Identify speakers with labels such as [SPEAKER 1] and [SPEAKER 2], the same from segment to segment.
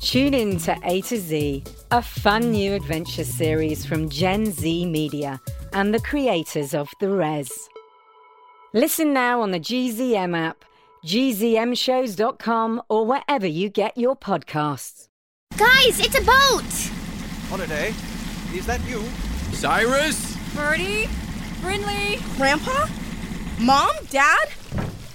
[SPEAKER 1] Tune in to A to Z, a fun new adventure series from Gen Z Media and the creators of The Res. Listen now on the GZM app, gzmshows.com, or wherever you get your podcasts.
[SPEAKER 2] Guys, it's a boat!
[SPEAKER 3] Holiday, is that you?
[SPEAKER 4] Cyrus?
[SPEAKER 5] Birdie? Brinley?
[SPEAKER 6] Grandpa? Mom? Dad?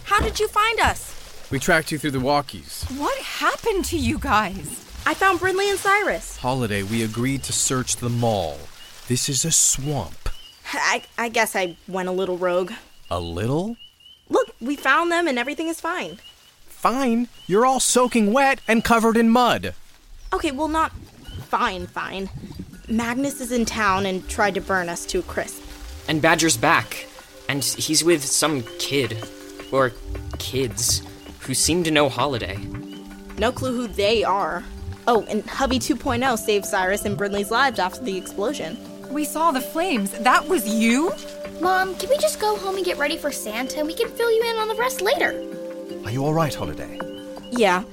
[SPEAKER 6] How did you find us?
[SPEAKER 4] We tracked you through the walkies.
[SPEAKER 5] What happened to you guys?
[SPEAKER 6] I found Brindley and Cyrus.
[SPEAKER 4] Holiday, we agreed to search the mall. This is a swamp.
[SPEAKER 6] I, I guess I went a little rogue.
[SPEAKER 4] A little?
[SPEAKER 6] Look, we found them and everything is fine.
[SPEAKER 4] Fine. You're all soaking wet and covered in mud.
[SPEAKER 6] Okay, well, not fine, fine. Magnus is in town and tried to burn us to a crisp.
[SPEAKER 7] And Badger's back. And he's with some kid. Or kids. Who seem to know Holiday.
[SPEAKER 6] No clue who they are. Oh, and Hubby 2.0 saved Cyrus and Brindley's lives after the explosion.
[SPEAKER 5] We saw the flames. That was you?
[SPEAKER 2] Mom, can we just go home and get ready for Santa and we can fill you in on the rest later?
[SPEAKER 8] Are you all right, Holiday?
[SPEAKER 6] Yeah,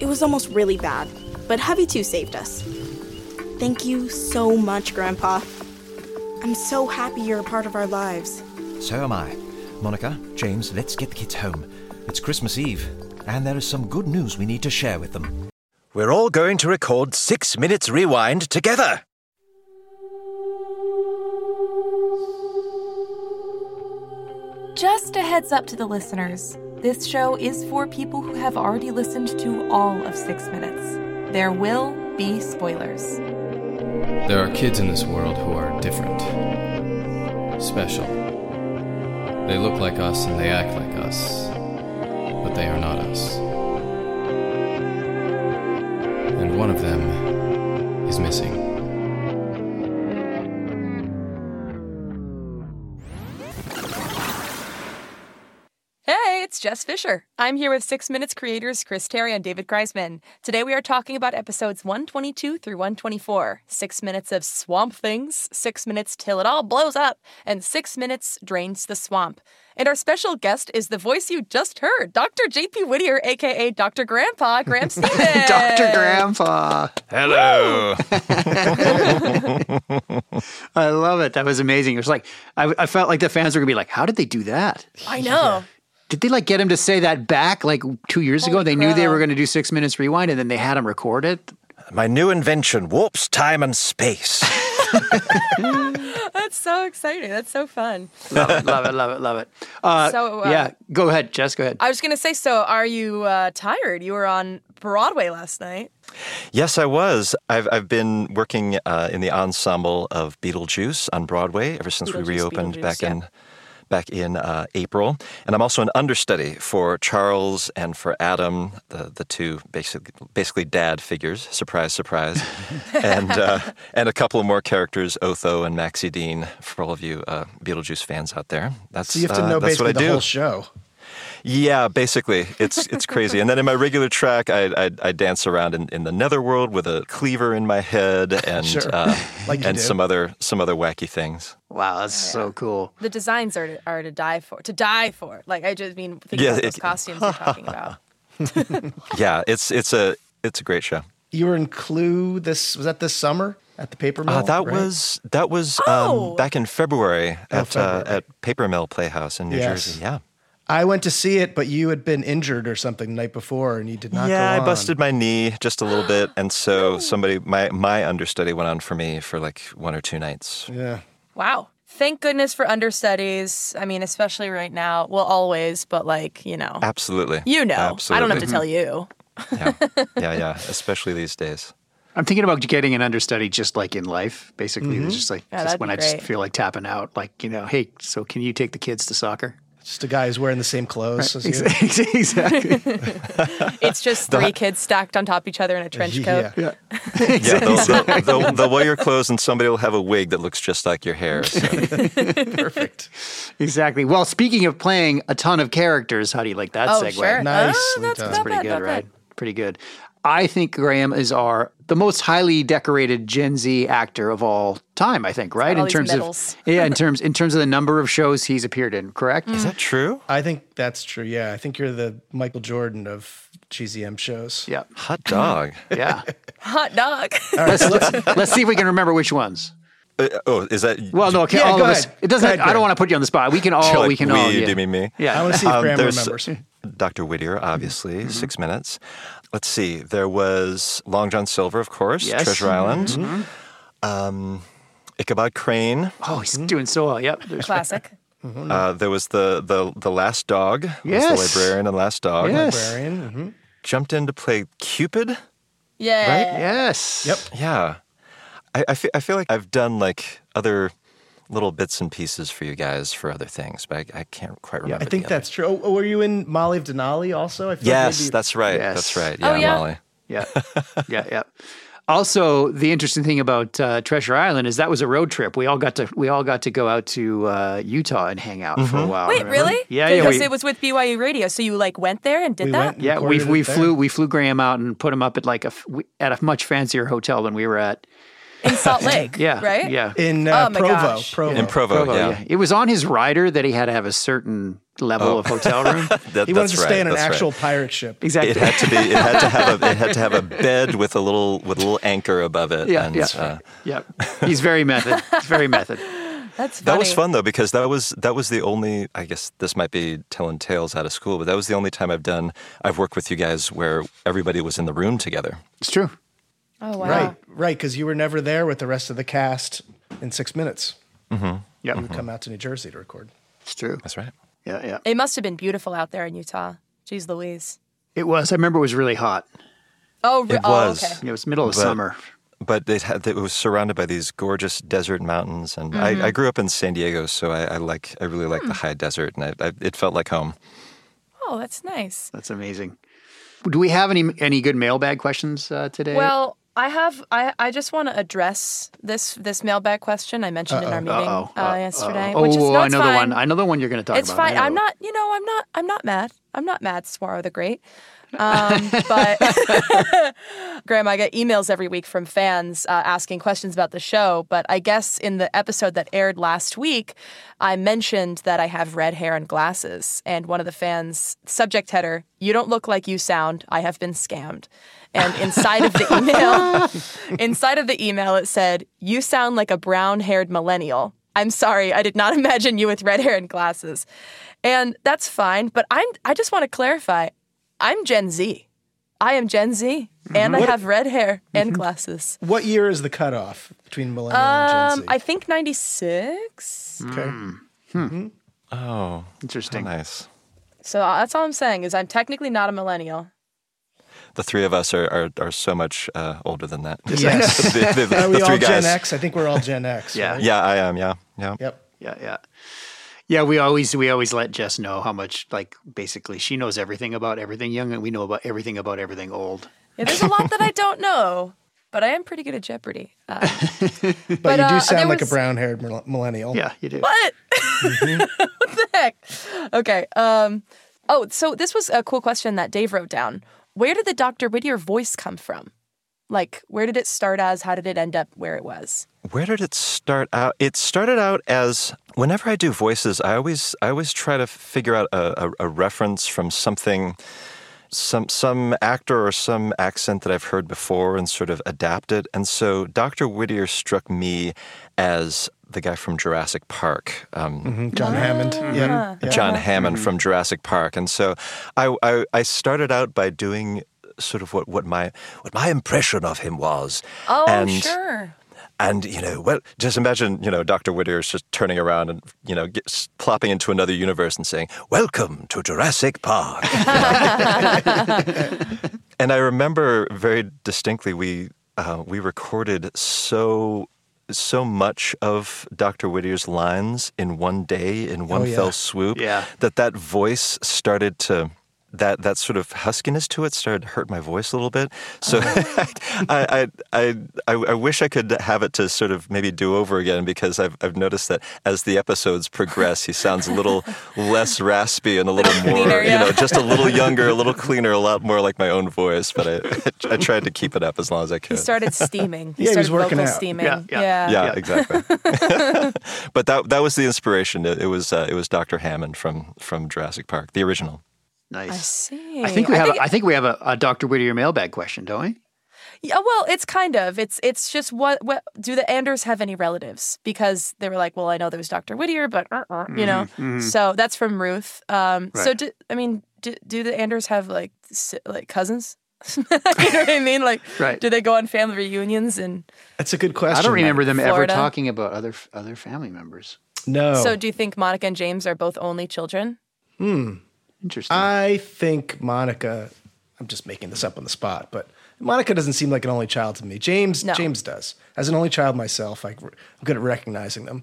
[SPEAKER 6] it was almost really bad, but Hubby 2 saved us. Thank you so much, Grandpa. I'm so happy you're a part of our lives.
[SPEAKER 8] So am I. Monica, James, let's get the kids home. It's Christmas Eve, and there is some good news we need to share with them. We're all going to record Six Minutes Rewind together.
[SPEAKER 9] Just a heads up to the listeners this show is for people who have already listened to all of Six Minutes. There will be spoilers.
[SPEAKER 4] There are kids in this world who are different, special. They look like us and they act like us, but they are not us. And one of them is missing.
[SPEAKER 9] Hey, it's Jess Fisher. I'm here with Six Minutes creators Chris Terry and David Kreisman. Today we are talking about episodes 122 through 124 Six Minutes of Swamp Things, Six Minutes Till It All Blows Up, and Six Minutes Drains the Swamp. And our special guest is the voice you just heard, Dr. J.P. Whittier, aka Dr. Grandpa Graham Stevens.
[SPEAKER 10] Dr. Grandpa.
[SPEAKER 11] Hello.
[SPEAKER 10] I love it. That was amazing. It was like, I, I felt like the fans were going to be like, how did they do that?
[SPEAKER 9] I know.
[SPEAKER 10] Did they like get him to say that back like two years ago? They knew they were going to do six minutes rewind and then they had him record it.
[SPEAKER 8] My new invention warps time and space.
[SPEAKER 9] That's so exciting. That's so fun.
[SPEAKER 10] Love it, love it, love it, love it. Uh,
[SPEAKER 9] So, uh,
[SPEAKER 10] yeah, go ahead, Jess, go ahead.
[SPEAKER 9] I was going to say, so are you uh, tired? You were on Broadway last night.
[SPEAKER 8] Yes, I was. I've, I've been working uh, in the ensemble of Beetlejuice on Broadway ever since we
[SPEAKER 9] Beetlejuice,
[SPEAKER 8] reopened back
[SPEAKER 9] Beetlejuice, yeah.
[SPEAKER 8] in back in uh, April, and I'm also an understudy for Charles and for Adam, the the two basically basically dad figures. Surprise, surprise, and uh, and a couple more characters, Otho and Maxie Dean, for all of you uh, Beetlejuice fans out there. That's
[SPEAKER 11] So you have to
[SPEAKER 8] uh,
[SPEAKER 11] know
[SPEAKER 8] that's what
[SPEAKER 11] basically
[SPEAKER 8] I
[SPEAKER 11] the
[SPEAKER 8] do.
[SPEAKER 11] whole show.
[SPEAKER 8] Yeah, basically, it's it's crazy. And then in my regular track, I I, I dance around in, in the netherworld with a cleaver in my head and
[SPEAKER 11] Sure.
[SPEAKER 8] uh,
[SPEAKER 11] Like you
[SPEAKER 8] and
[SPEAKER 11] do.
[SPEAKER 8] some other some other wacky things.
[SPEAKER 10] wow, that's so cool.
[SPEAKER 9] The designs are to, are to die for. To die for. Like I just mean thinking
[SPEAKER 8] Yeah,
[SPEAKER 9] about those
[SPEAKER 8] it-
[SPEAKER 9] costumes you're talking about.
[SPEAKER 8] Yeah, it's it's a it's a great show.
[SPEAKER 11] You were in Clue. This was that this summer at the paper mill.
[SPEAKER 8] Uh, that
[SPEAKER 11] right? Oh,
[SPEAKER 8] was that was
[SPEAKER 9] Oh.
[SPEAKER 8] um, back in February at Uh,
[SPEAKER 11] February.
[SPEAKER 8] at Paper Mill Playhouse in New
[SPEAKER 11] Yes.
[SPEAKER 8] Jersey. Yeah.
[SPEAKER 11] I went to see it, but you had been injured or something the night before, and you did not.
[SPEAKER 8] yeah,
[SPEAKER 11] go
[SPEAKER 8] I
[SPEAKER 11] on.
[SPEAKER 8] busted my knee just a little bit, and so somebody my my understudy went on for me for like one or two nights.
[SPEAKER 11] Yeah.
[SPEAKER 9] Wow. Thank goodness for understudies. I mean, especially right now. Well, always, but like, you know.
[SPEAKER 8] Absolutely.
[SPEAKER 9] You know. I don't have to
[SPEAKER 8] Absolutely.
[SPEAKER 9] tell you.
[SPEAKER 8] yeah. yeah, yeah, especially these days.
[SPEAKER 10] I'm thinking about getting an understudy just like in life, basically. Just like
[SPEAKER 9] Mm-hmm. Yeah,
[SPEAKER 10] just
[SPEAKER 9] that'd
[SPEAKER 10] when
[SPEAKER 9] be
[SPEAKER 10] I just
[SPEAKER 9] great.
[SPEAKER 10] feel like tapping out, like, you know, hey, so can you take the kids to soccer?
[SPEAKER 11] Just a guy who's wearing the same clothes.
[SPEAKER 10] Right,
[SPEAKER 11] as you.
[SPEAKER 10] exactly.
[SPEAKER 9] It's just three
[SPEAKER 8] Mm-hmm. The-
[SPEAKER 9] kids stacked on top of each other in a trench coat.
[SPEAKER 11] Yeah.
[SPEAKER 8] Yeah, they'll, they'll, they'll, they'll wear your clothes and somebody will have a wig that looks just like your hair. So.
[SPEAKER 10] Perfect. exactly. Well, speaking of playing a ton of characters, how do you like that
[SPEAKER 9] Oh,
[SPEAKER 10] segue?
[SPEAKER 9] sure. Nice. Oh, that's not
[SPEAKER 10] pretty
[SPEAKER 9] bad,
[SPEAKER 10] good,
[SPEAKER 9] not
[SPEAKER 10] right? Pretty good. I think Graham is our the most highly decorated Gen Z actor of all time. I think, right?
[SPEAKER 9] all
[SPEAKER 10] In
[SPEAKER 9] these
[SPEAKER 10] terms
[SPEAKER 9] medals.
[SPEAKER 10] of yeah, in terms in terms of the number of shows he's appeared in. Correct?
[SPEAKER 8] Is that true?
[SPEAKER 11] I think that's true. Yeah, I think you're the Michael Jordan of GZM shows.
[SPEAKER 10] Yeah.
[SPEAKER 8] Hot dog.
[SPEAKER 10] Yeah.
[SPEAKER 9] Hot dog.
[SPEAKER 10] let's, let's, let's see if we can remember which ones.
[SPEAKER 8] Uh, oh, is that?
[SPEAKER 10] Well, no, okay,
[SPEAKER 11] Yeah,
[SPEAKER 10] all
[SPEAKER 11] go
[SPEAKER 10] of us.
[SPEAKER 11] ahead.
[SPEAKER 10] It doesn't.
[SPEAKER 11] Go ahead,
[SPEAKER 10] I don't
[SPEAKER 11] Graham.
[SPEAKER 10] want to put you on the spot. We can all.
[SPEAKER 8] Like
[SPEAKER 10] we can
[SPEAKER 8] we,
[SPEAKER 10] all. Yeah.
[SPEAKER 8] do me, me.
[SPEAKER 10] Yeah. Mm-hmm.
[SPEAKER 11] I want to see if
[SPEAKER 8] Um,
[SPEAKER 11] Graham
[SPEAKER 8] there's-
[SPEAKER 11] remembers.
[SPEAKER 8] Dr. Whittier, obviously, six minutes. Let's see. There was Long John Silver, of course,
[SPEAKER 10] Yes. Mm-hmm.
[SPEAKER 8] Treasure Island. Um, Ichabod Crane.
[SPEAKER 10] Oh, he's
[SPEAKER 11] Mm-hmm.
[SPEAKER 10] doing so well. Yep. There's-
[SPEAKER 9] Classic.
[SPEAKER 8] Uh, there was the the the Last Dog. was
[SPEAKER 10] Yes.
[SPEAKER 8] the librarian and Last Dog.
[SPEAKER 10] Yes.
[SPEAKER 11] Librarian. mhm.
[SPEAKER 8] Jumped in to play Cupid.
[SPEAKER 9] Yeah.
[SPEAKER 10] Yes.
[SPEAKER 11] Yep.
[SPEAKER 8] Yeah. I, I, feel, I feel like I've done like other little bits and pieces for you guys for other things, but I, I can't quite remember.
[SPEAKER 11] I
[SPEAKER 8] the
[SPEAKER 11] think
[SPEAKER 8] other-
[SPEAKER 11] that's true. Oh, oh, were you in Molly of Denali also? I feel like
[SPEAKER 8] Yes,
[SPEAKER 11] maybe-
[SPEAKER 8] that's right.
[SPEAKER 10] Yes.
[SPEAKER 8] That's right. Yeah,
[SPEAKER 9] Oh, yeah.
[SPEAKER 8] Molly.
[SPEAKER 10] Yeah. Yeah. Yeah. Also, the interesting thing about uh, Treasure Island is that was a road trip. We all got to we all got to go out to uh, Utah and hang out
[SPEAKER 11] Mm-hmm.
[SPEAKER 10] for a while.
[SPEAKER 9] Wait,
[SPEAKER 10] remember?
[SPEAKER 9] really?
[SPEAKER 10] Yeah, yeah.
[SPEAKER 9] Because
[SPEAKER 10] we-
[SPEAKER 9] it was with BYU Radio, so you like went there and did
[SPEAKER 11] We
[SPEAKER 9] that.
[SPEAKER 11] went and
[SPEAKER 10] yeah, we
[SPEAKER 11] recorded
[SPEAKER 10] we
[SPEAKER 11] it there.
[SPEAKER 10] flew we flew Graham out and put him up at like a f- we- at a much fancier hotel than we were at.
[SPEAKER 9] in Salt Lake.
[SPEAKER 10] Yeah,
[SPEAKER 9] Right?
[SPEAKER 10] Yeah,
[SPEAKER 11] in uh,
[SPEAKER 9] Oh, my
[SPEAKER 11] Provo.
[SPEAKER 9] gosh.
[SPEAKER 11] Provo.
[SPEAKER 8] In Provo,
[SPEAKER 10] Provo,
[SPEAKER 8] yeah.
[SPEAKER 10] yeah. It was on his rider that he had to have a certain level of hotel room.
[SPEAKER 8] Oh. That-
[SPEAKER 11] he wanted to
[SPEAKER 8] that's
[SPEAKER 11] stay
[SPEAKER 8] right,
[SPEAKER 11] on an
[SPEAKER 8] that's right.
[SPEAKER 11] actual pirate ship.
[SPEAKER 10] exactly.
[SPEAKER 8] It had to be. It had to have a. It had to have a bed with a little with a little anchor above it.
[SPEAKER 10] yeah,
[SPEAKER 8] and,
[SPEAKER 10] yeah,
[SPEAKER 8] uh,
[SPEAKER 10] yeah. He's very method. He's very method.
[SPEAKER 9] That's funny.
[SPEAKER 8] that was fun though because that was that was the only. I guess this might be telling tales out of school, but that was the only time I've done. I've worked with you guys where everybody was in the room together.
[SPEAKER 10] It's true.
[SPEAKER 9] Oh, wow.
[SPEAKER 11] Right, right, because you were never there with the rest of the cast in six minutes.
[SPEAKER 10] Yeah,
[SPEAKER 11] You come out to New Jersey to record.
[SPEAKER 10] it's true.
[SPEAKER 8] Mm-hmm. That's right.
[SPEAKER 10] Yeah, yeah.
[SPEAKER 9] It must have been beautiful out there in Utah. Jeez Louise.
[SPEAKER 10] It was. I remember it was really hot.
[SPEAKER 9] Oh, re-
[SPEAKER 8] It was.
[SPEAKER 9] Oh, okay.
[SPEAKER 10] It was middle of
[SPEAKER 8] But-
[SPEAKER 10] summer.
[SPEAKER 8] but it, had, it was surrounded by these gorgeous desert mountains, and I, I grew up in San Diego, so I, I like I really like the high desert, and I, I, it felt like home.
[SPEAKER 9] Oh, that's nice.
[SPEAKER 10] That's amazing. Do we have any any good mailbag questions uh, today?
[SPEAKER 9] Well, I have. I, I just want to address this this mailbag question I mentioned in our meeting
[SPEAKER 10] Uh-oh,
[SPEAKER 9] uh,
[SPEAKER 10] uh-oh.
[SPEAKER 9] yesterday,
[SPEAKER 10] Oh,
[SPEAKER 9] which is no, it's
[SPEAKER 10] another
[SPEAKER 9] fine.
[SPEAKER 10] one. Another one you're going to talk
[SPEAKER 9] it's
[SPEAKER 10] about.
[SPEAKER 9] fine. I'm
[SPEAKER 10] No.
[SPEAKER 9] not. You know, I'm not. I'm not mad. I'm not mad. Swaro the Great. Um, but Graham, I get emails every week from fans uh, asking questions about the show. But I guess in the episode that aired last week, I mentioned that I have red hair and glasses, and one of the fans subject header: "You don't look like you sound. I have been scammed." And inside of the email, inside of the email, it said, "You sound like a brown-haired millennial." I'm sorry, I did not imagine you with red hair and glasses. And that's fine, but I'm I just want to clarify. I'm Gen Z. I am Gen Z
[SPEAKER 11] Mm-hmm.
[SPEAKER 9] and I have red hair and glasses.
[SPEAKER 11] What year is the cutoff between Mm-hmm. millennial
[SPEAKER 9] Um, I
[SPEAKER 11] and Gen Z?
[SPEAKER 9] think 96.
[SPEAKER 11] okay. Hmm.
[SPEAKER 8] Oh,
[SPEAKER 10] Interesting.
[SPEAKER 8] nice.
[SPEAKER 9] So uh, that's all I'm saying is I'm technically not a millennial.
[SPEAKER 8] The three of us are are, are so much uh, older than that.
[SPEAKER 11] Yes.
[SPEAKER 8] the, the- the
[SPEAKER 11] Are we
[SPEAKER 8] three
[SPEAKER 11] all
[SPEAKER 8] guys.
[SPEAKER 11] Gen X? I think we're all Gen X.
[SPEAKER 10] Yeah.
[SPEAKER 11] right?
[SPEAKER 8] Yeah, I am. Yeah, yeah.
[SPEAKER 11] Yep.
[SPEAKER 10] Yeah, yeah. Yeah, we always we always let Jess know how much like basically she knows everything about everything young and we know about everything about everything old.
[SPEAKER 9] Yeah, there's a lot that I don't know, but I am pretty good at Jeopardy. Uh,
[SPEAKER 11] But,
[SPEAKER 9] But,
[SPEAKER 11] you do
[SPEAKER 9] uh, there
[SPEAKER 11] sound like
[SPEAKER 9] was-
[SPEAKER 11] a brown haired millennial.
[SPEAKER 10] Yeah, you do.
[SPEAKER 9] What? what the heck? Okay. Um, oh, so this was a cool question that Dave wrote down. Where did the Dr. Whittier voice come from? Like, where did it start as? How did it end up where it was?
[SPEAKER 8] Where did it start out? It started out as whenever I do voices, I always I always try to figure out a, a, a reference from something, some some actor or some accent that I've heard before and sort of adapt it. And so Dr. Whittier struck me as the guy from Jurassic Park. Um,
[SPEAKER 11] Mm-hmm. John Hammond.
[SPEAKER 9] Ah. Uh-huh.
[SPEAKER 11] Yeah. yeah.
[SPEAKER 8] John
[SPEAKER 9] Mm-hmm.
[SPEAKER 8] Hammond from Jurassic Park. And so I, I, I started out by doing sort of what, what my what my impression of him was.
[SPEAKER 9] Oh,
[SPEAKER 8] and,
[SPEAKER 9] sure.
[SPEAKER 8] And you know, well, just imagine you know Dr. Whittier is just turning around and you know get, s- plopping into another universe and saying, "Welcome to Jurassic Park." and I remember very distinctly we uh, we recorded so so much of Dr. Whittier's lines in one day, in one
[SPEAKER 10] Oh, yeah.
[SPEAKER 8] fell swoop,
[SPEAKER 10] Yeah.
[SPEAKER 8] that that voice started to. That, that sort of huskiness to it started to hurt my voice a little bit. So I, I, I, I, I wish I could have it to sort of maybe do over again because I've, I've noticed that as the episodes progress, he sounds a little less raspy and a little more,
[SPEAKER 9] Cleaner,
[SPEAKER 8] you know,
[SPEAKER 9] yeah.
[SPEAKER 8] just a little younger, a little cleaner, a lot more like my own voice. But I, I tried to keep it up as long as I could.
[SPEAKER 9] He started steaming. He
[SPEAKER 8] Yeah, he was
[SPEAKER 9] started
[SPEAKER 8] working
[SPEAKER 9] vocal
[SPEAKER 8] out.
[SPEAKER 9] steaming.
[SPEAKER 8] Yeah,
[SPEAKER 9] yeah.
[SPEAKER 8] Yeah, exactly. but that that was the inspiration. It, it was uh, it was Dr. Hammond from from Jurassic Park, the original.
[SPEAKER 10] Nice.
[SPEAKER 9] I see.
[SPEAKER 10] I think we have. I
[SPEAKER 9] I think,
[SPEAKER 10] think, I think we have a, a Dr. Whittier mailbag question, don't we?
[SPEAKER 9] yeah, well, it's kind of. It's it's just what, what do the Anders have any relatives? Because they were like, well, I know there was Dr. Whittier, but uh, uh,
[SPEAKER 11] Mm-hmm,
[SPEAKER 9] you know.
[SPEAKER 10] Mhm, mhm.
[SPEAKER 9] So that's from Ruth. Um, So
[SPEAKER 10] Right.
[SPEAKER 9] do, I mean, do, do the Anders have like si- like cousins? you know what I mean? Like,
[SPEAKER 10] Right.
[SPEAKER 9] do they go on family reunions and
[SPEAKER 11] That's a good question.
[SPEAKER 10] I don't remember them ever
[SPEAKER 9] Florida.
[SPEAKER 10] talking about other f- other family members.
[SPEAKER 11] No.
[SPEAKER 10] Oh.
[SPEAKER 9] So, do you think Monica and James are both only children?
[SPEAKER 11] Hmm.
[SPEAKER 10] Interesting.
[SPEAKER 11] I think Monica. I'm just making this up on the spot, but Monica doesn't seem like an only child to me. James,
[SPEAKER 9] No.
[SPEAKER 11] James does. As an only child myself, I, am good at recognizing them.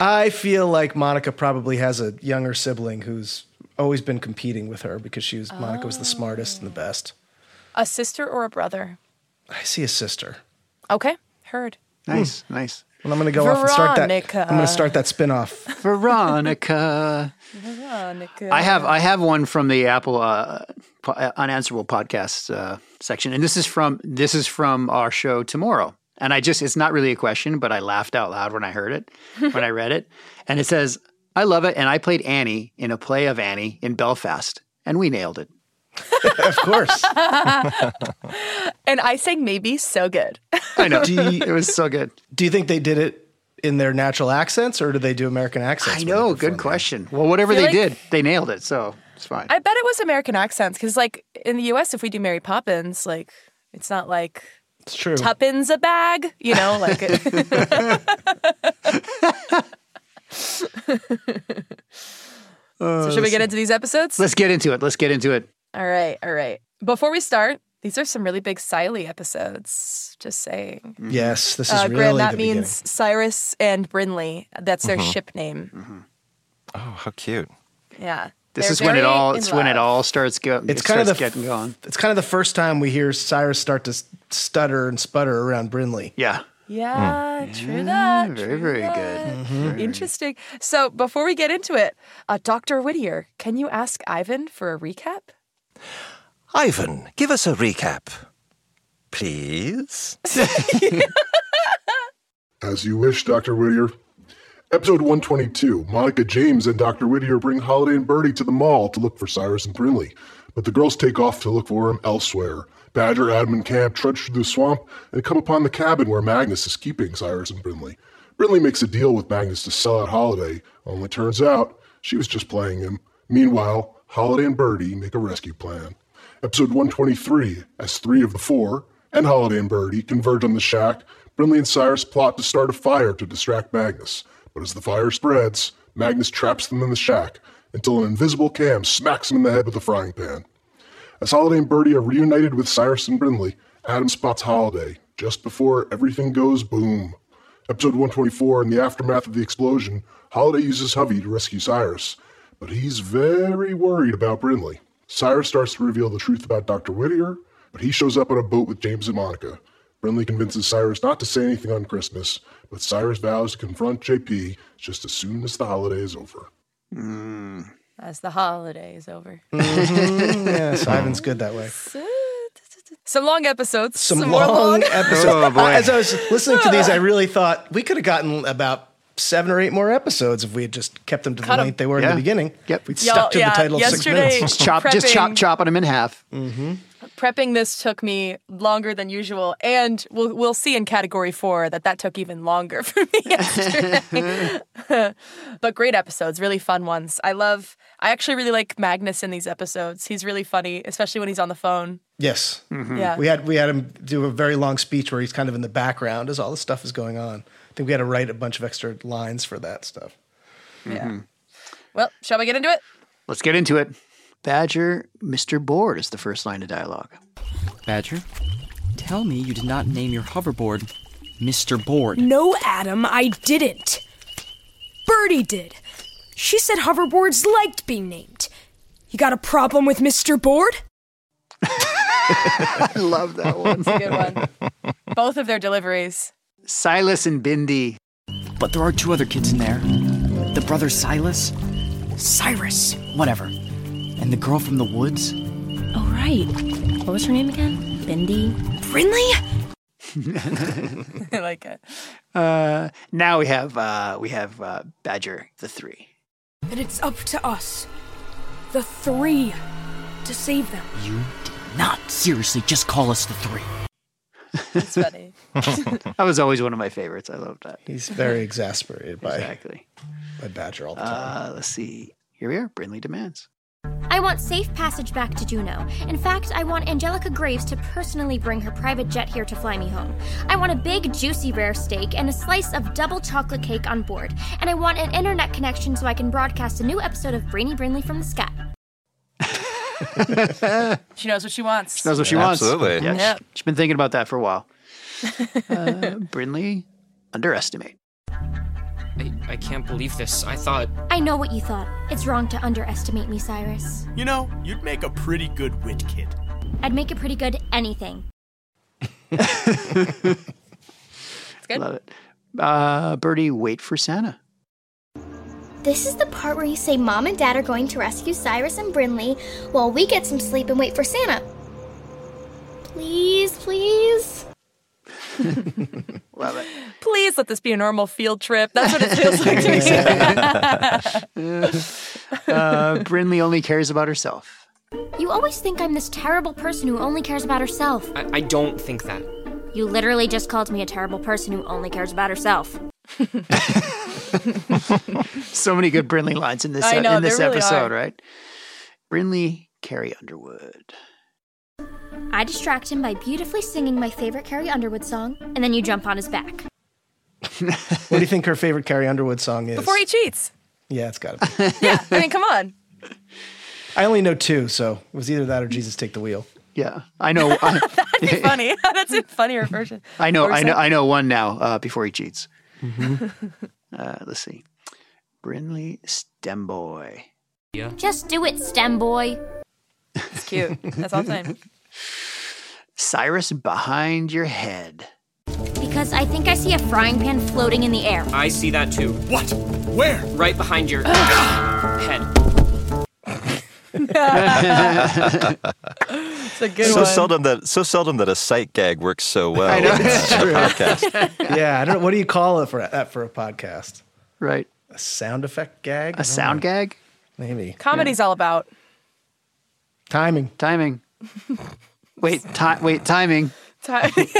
[SPEAKER 11] I feel like Monica probably has a younger sibling who's always been competing with her because she was Monica was the smartest and the best.
[SPEAKER 9] a sister or a brother?
[SPEAKER 11] I see a sister.
[SPEAKER 9] Okay, heard.
[SPEAKER 10] Nice, nice.
[SPEAKER 11] Well, I'm going to go off and start that. I'm going to
[SPEAKER 9] Veronica.
[SPEAKER 11] start that spin-off.
[SPEAKER 10] Veronica.
[SPEAKER 9] Veronica.
[SPEAKER 10] I have I have one from the Apple uh, po- uh, unanswerable podcast uh, section, and this is from this is from our show tomorrow. And I just it's not really a question, but I laughed out loud when I heard it when I read it, and it says, "I love it," and I played Annie in a play of Annie in Belfast, and we nailed it.
[SPEAKER 11] of course.
[SPEAKER 9] and I sang maybe so good.
[SPEAKER 10] I know
[SPEAKER 11] Do you-
[SPEAKER 10] it was so good.
[SPEAKER 11] Do you think they did it in their natural accents, or do they do American
[SPEAKER 10] I
[SPEAKER 11] accents? when
[SPEAKER 10] know,
[SPEAKER 11] they perform
[SPEAKER 10] good
[SPEAKER 11] them?
[SPEAKER 10] question. Well, whatever
[SPEAKER 9] Feel
[SPEAKER 10] they
[SPEAKER 9] like-
[SPEAKER 10] did, they nailed it, so it's fine.
[SPEAKER 9] I bet it was American accents because, like, in the U.S., if we do Mary Poppins, like, it's not like
[SPEAKER 11] It's true.
[SPEAKER 9] tuppence a bag, you know, like. It- so should we get into these episodes?
[SPEAKER 10] Uh, Let's get into it. Let's get into it.
[SPEAKER 9] All right, all right. Before we start, these are some really big Siley episodes. Just saying.
[SPEAKER 11] Yes, this is
[SPEAKER 9] uh,
[SPEAKER 11] really
[SPEAKER 9] Graham, that
[SPEAKER 11] the
[SPEAKER 9] means
[SPEAKER 11] beginning.
[SPEAKER 9] Cyrus and Brinley. That's
[SPEAKER 10] Mm-hmm.
[SPEAKER 9] their
[SPEAKER 8] Mhm.
[SPEAKER 9] ship name.
[SPEAKER 8] Oh, how cute!
[SPEAKER 9] Yeah.
[SPEAKER 10] This
[SPEAKER 9] They're
[SPEAKER 10] is when it
[SPEAKER 9] very
[SPEAKER 10] all
[SPEAKER 9] in
[SPEAKER 10] it's when it
[SPEAKER 9] love.
[SPEAKER 10] all starts going.
[SPEAKER 11] It's kind of the
[SPEAKER 10] getting going.
[SPEAKER 11] It's kind of the first time we hear Cyrus start to s- stutter and sputter around Brinley.
[SPEAKER 10] Yeah. Mm,
[SPEAKER 9] Yeah,
[SPEAKER 10] Hmm.
[SPEAKER 9] true that.
[SPEAKER 10] very,
[SPEAKER 9] true
[SPEAKER 10] very good.
[SPEAKER 9] that.
[SPEAKER 10] Mhm.
[SPEAKER 11] Mm-hmm.
[SPEAKER 10] Very, very
[SPEAKER 9] Interesting. So before we get into it, uh, Dr. Whittier, can you ask Ivan for a recap?
[SPEAKER 8] Ivan, give us a recap, please.
[SPEAKER 12] As you wish, Dr. Whittier. Episode 122 Monica James and Dr. Whittier bring Holiday and Birdie to the mall to look for Cyrus and Brinley, but the girls take off to look for him elsewhere. Badger, Adam, and Camp trudge through the swamp and come upon the cabin where Magnus is keeping Cyrus and Brinley. Brinley makes a deal with Magnus to sell out Holiday, only turns out she was just playing him. Meanwhile, Holiday and Birdie make a rescue plan. Episode 123, as three of the four, and Holiday and Birdie converge on the shack, Brinley and Cyrus plot to start a fire to distract Magnus. But as the fire spreads, Magnus traps them in the shack until an invisible cam smacks him in the head with a frying pan. As Holiday and Birdie are reunited with Cyrus and Brinley, Adam spots Holiday just before everything goes boom. Episode 124, in the aftermath of the explosion, Holiday uses Hovey to rescue Cyrus, but he's very worried about Brinley. Cyrus starts to reveal the truth about Dr. Whittier, but he shows up on a boat with James and Monica. Brinley convinces Cyrus not to say anything on Christmas, but Cyrus vows to confront JP just as soon as the holiday is over.
[SPEAKER 9] As the holiday is over.
[SPEAKER 11] Mhm, yes, Ivan's good that way.
[SPEAKER 9] Some long episodes.
[SPEAKER 11] Some,
[SPEAKER 9] more
[SPEAKER 11] long episodes.
[SPEAKER 10] Oh, boy.
[SPEAKER 11] I- as I was listening to these, I really thought we could have gotten about seven or eight more episodes if we had just kept them to
[SPEAKER 9] Cut
[SPEAKER 11] the
[SPEAKER 9] 'em.
[SPEAKER 11] length they were in
[SPEAKER 10] Yeah.
[SPEAKER 11] the beginning. Yep, we
[SPEAKER 9] Y'all-
[SPEAKER 11] stuck to
[SPEAKER 9] yeah,
[SPEAKER 11] the title of six
[SPEAKER 9] yesterday-
[SPEAKER 11] minutes.
[SPEAKER 10] Just chop, just chop,
[SPEAKER 9] Prepping.
[SPEAKER 10] chopping them in half.
[SPEAKER 9] prepping this took me longer than usual, and we'll we'll see in category four that that took even longer for me yesterday. but great episodes, really fun ones. I love. I actually really like Magnus in these episodes. He's really funny, especially when he's on the phone.
[SPEAKER 11] Yes.
[SPEAKER 10] Mm-hmm.
[SPEAKER 9] Yeah.
[SPEAKER 11] We had we had him do a very long speech where he's kind of in the background as all this stuff is going on. I think we had to write a bunch of extra lines for that stuff.
[SPEAKER 10] Mm-hmm.
[SPEAKER 9] Well, shall we get into it?
[SPEAKER 10] Let's get into it. Badger, Mr. Bored is the first line of dialogue.
[SPEAKER 4] Badger,
[SPEAKER 13] tell me you did not name your hoverboard Mr. Board.
[SPEAKER 14] No, Adam, I didn't. Birdie did. She said hoverboards liked being named. You got a problem with Mr. Board?
[SPEAKER 10] I love that one.
[SPEAKER 9] That's a good one. Both of their deliveries.
[SPEAKER 10] Silas and Bindi.
[SPEAKER 13] But there are two other kids in there the brother Silas, Cyrus, whatever, and the girl from the woods.
[SPEAKER 15] Oh, right. What was her name again? Bindi?
[SPEAKER 14] Brinley?
[SPEAKER 9] I like it.
[SPEAKER 10] Uh, now we have uh, we have uh, Badger the three.
[SPEAKER 14] And it's up to us, the three, to save them.
[SPEAKER 13] You did not seriously just call us the three.
[SPEAKER 9] It's funny.
[SPEAKER 10] that was always one of my favorites. I love that.
[SPEAKER 11] He's very exasperated by
[SPEAKER 10] exactly
[SPEAKER 11] by Badger all the time.
[SPEAKER 10] Uh, let's see. Here we are. Brinley demands.
[SPEAKER 16] I want safe passage back to Juno. In fact, I want Angelica Graves to personally bring her private jet here to fly me home. I want a big, juicy rare steak and a slice of double chocolate cake on board. And I want an internet connection so I can broadcast a new episode of Brainy Brinley from the sky.
[SPEAKER 9] She knows what she wants.
[SPEAKER 10] She knows what she wants.
[SPEAKER 8] Absolutely.
[SPEAKER 10] Yeah,
[SPEAKER 9] Yep.
[SPEAKER 10] She's been thinking about that for a while. Uh, Brinley, underestimate.
[SPEAKER 7] I, I can't believe this. I thought.
[SPEAKER 16] I know what you thought. It's wrong to underestimate me, Cyrus.
[SPEAKER 17] You know, you'd make a pretty good wit kid.
[SPEAKER 16] I'd make it pretty good anything.
[SPEAKER 9] Good.
[SPEAKER 10] Love it. Uh, Birdie, wait for Santa.
[SPEAKER 16] This is the part where you say mom and dad are going to rescue Cyrus and Brinley while we get some sleep and wait for Santa. Please, please.
[SPEAKER 10] Love it.
[SPEAKER 9] Please let this be a normal field trip. That's what it feels like to me.
[SPEAKER 10] Uh, Brinley only cares about herself.
[SPEAKER 16] You always think I'm this terrible person who only cares about herself.
[SPEAKER 7] I, I don't think that.
[SPEAKER 16] You literally just called me a terrible person who only cares about herself.
[SPEAKER 10] So many good Brinley lines in this uh,
[SPEAKER 9] I know,
[SPEAKER 10] in this
[SPEAKER 9] there really
[SPEAKER 10] episode,
[SPEAKER 9] are.
[SPEAKER 10] right? Brinley, Carrie Underwood.
[SPEAKER 16] I distract him by beautifully singing my favorite Carrie Underwood song, and then you jump on his back.
[SPEAKER 11] What do you think her favorite Carrie Underwood song is?
[SPEAKER 9] Before he cheats.
[SPEAKER 11] yeah, it's got to be.
[SPEAKER 9] Yeah, I mean, come on.
[SPEAKER 11] I only know two, so it was either that or Jesus Take the Wheel.
[SPEAKER 10] Yeah, I know. I,
[SPEAKER 9] That'd be funny. That's a funnier version.
[SPEAKER 10] I know.
[SPEAKER 9] Or
[SPEAKER 10] I know.
[SPEAKER 9] something.
[SPEAKER 10] I know one now. Uh, before he cheats.
[SPEAKER 11] Mm-hmm.
[SPEAKER 10] Uh, let's see. Brinley Stemboy.
[SPEAKER 16] Just do it, STEM boy.
[SPEAKER 9] It's cute. That's all I'm saying.
[SPEAKER 10] Cyrus behind your head.
[SPEAKER 16] Because I think I see a frying pan floating in the air.
[SPEAKER 7] I see that too.
[SPEAKER 17] What? Where?
[SPEAKER 7] Right behind your head.
[SPEAKER 9] It's a good
[SPEAKER 8] so
[SPEAKER 9] one.
[SPEAKER 8] seldom that so seldom that a sight gag works so well
[SPEAKER 10] I know,
[SPEAKER 8] in, uh,
[SPEAKER 10] it's
[SPEAKER 8] in
[SPEAKER 10] true.
[SPEAKER 8] a podcast.
[SPEAKER 11] yeah, I don't. What do you call it for that for a podcast?
[SPEAKER 10] Right.
[SPEAKER 11] A sound effect gag?
[SPEAKER 10] A sound gag.
[SPEAKER 11] Maybe
[SPEAKER 9] Comedy's all about
[SPEAKER 11] timing.
[SPEAKER 10] Timing. wait. Ti- wait. Timing. Uh,
[SPEAKER 9] time.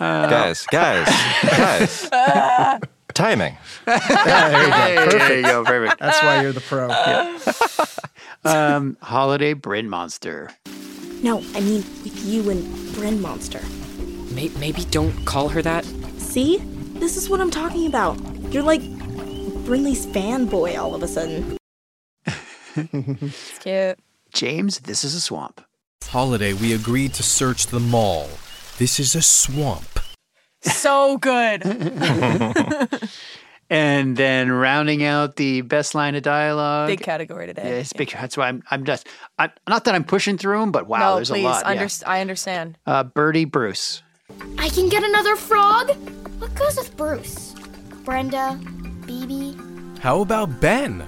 [SPEAKER 8] guys, guys, guys.
[SPEAKER 9] Ah.
[SPEAKER 8] Timing.
[SPEAKER 10] there you go. There you go. Perfect.
[SPEAKER 11] That's why you're the pro.
[SPEAKER 10] Um, holiday Brin monster.
[SPEAKER 6] No, I mean with you and Bryn Monster.
[SPEAKER 7] May- maybe don't call her that.
[SPEAKER 6] See? This is what I'm talking about. You're like Brinley's fanboy all of a sudden.
[SPEAKER 9] It's cute.
[SPEAKER 10] James, this is a swamp.
[SPEAKER 18] Holiday, we agreed to search the mall. This is a swamp.
[SPEAKER 9] So good.
[SPEAKER 10] And then rounding out the best line of dialogue.
[SPEAKER 9] Big category today.
[SPEAKER 10] Yeah, it's big. That's why I'm. I'm just. I, not that I'm pushing through them, but wow,
[SPEAKER 9] no,
[SPEAKER 10] there's a
[SPEAKER 9] please.
[SPEAKER 10] lot. yeah.
[SPEAKER 9] underst- I understand.
[SPEAKER 10] uh, Birdie Bruce.
[SPEAKER 16] I can get another frog? What goes with Bruce? Brenda? BB?
[SPEAKER 18] How about Ben?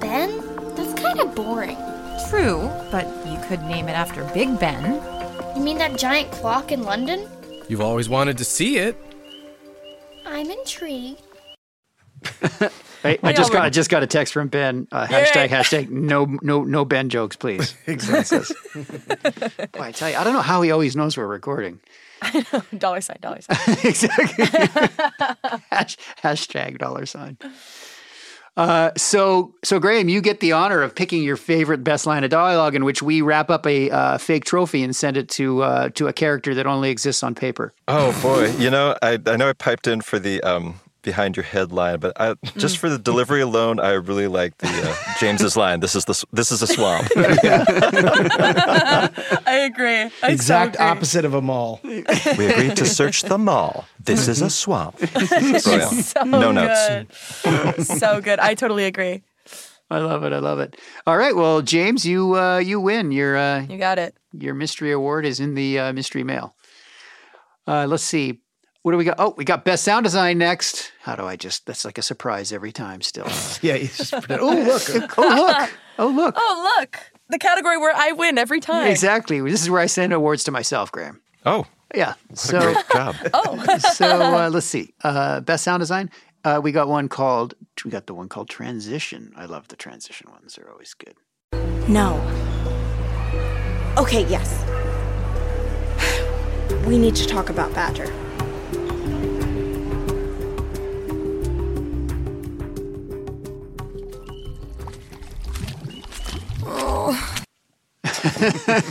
[SPEAKER 16] Ben? That's kind of boring.
[SPEAKER 5] True, but you could name it after Big Ben.
[SPEAKER 16] You mean that giant clock in London?
[SPEAKER 18] You've always wanted to see it.
[SPEAKER 16] I'm intrigued.
[SPEAKER 10] Hey, I
[SPEAKER 9] Yeah,
[SPEAKER 10] just got.
[SPEAKER 9] we're-
[SPEAKER 10] I just got a text from Ben. Uh, hashtag hashtag no no no Ben jokes, please.
[SPEAKER 11] Exactly.
[SPEAKER 10] Boy, I tell you, I don't know how he always knows we're recording.
[SPEAKER 9] dollar sign, dollar sign.
[SPEAKER 10] exactly. Hash, hashtag dollar sign. Uh, so, so Graham, you get the honor of picking your favorite best line of dialogue, in which we wrap up a uh, fake trophy and send it to uh, to a character that only exists on paper.
[SPEAKER 8] Oh boy, you know I I know I piped in for the um behind your head line, but I,
[SPEAKER 9] Mm.
[SPEAKER 8] just for the delivery alone, I really like the uh, James's line. This is the s- this is a swamp.
[SPEAKER 9] I agree. I
[SPEAKER 11] exact
[SPEAKER 9] so agree.
[SPEAKER 11] opposite of a mall.
[SPEAKER 8] we agreed to search the mall. This is a swamp. Brilliant.
[SPEAKER 9] so
[SPEAKER 8] no notes.
[SPEAKER 9] good. so good. I totally agree.
[SPEAKER 10] I love it. I love it. All right. Well, James, you uh, you win. Your uh,
[SPEAKER 9] you got it.
[SPEAKER 10] Your mystery award is in the uh, mystery mail. Uh, let's see. What do we got? Oh, we got best sound design next. How do I just? That's like a surprise every time. Still.
[SPEAKER 11] yeah. You just pretend,
[SPEAKER 10] oh look! Oh look! Oh look!
[SPEAKER 9] Oh look! The category where I win every time.
[SPEAKER 10] Exactly. This is where I send awards to myself, Graham.
[SPEAKER 8] Oh.
[SPEAKER 10] Yeah. so
[SPEAKER 8] great job.
[SPEAKER 9] Oh.
[SPEAKER 10] so uh, let's see. Uh, best sound design. Uh, we got one called. We got the one called transition. I love the transition ones. They're always good.
[SPEAKER 6] No. Okay, yes. We need to talk about Badger.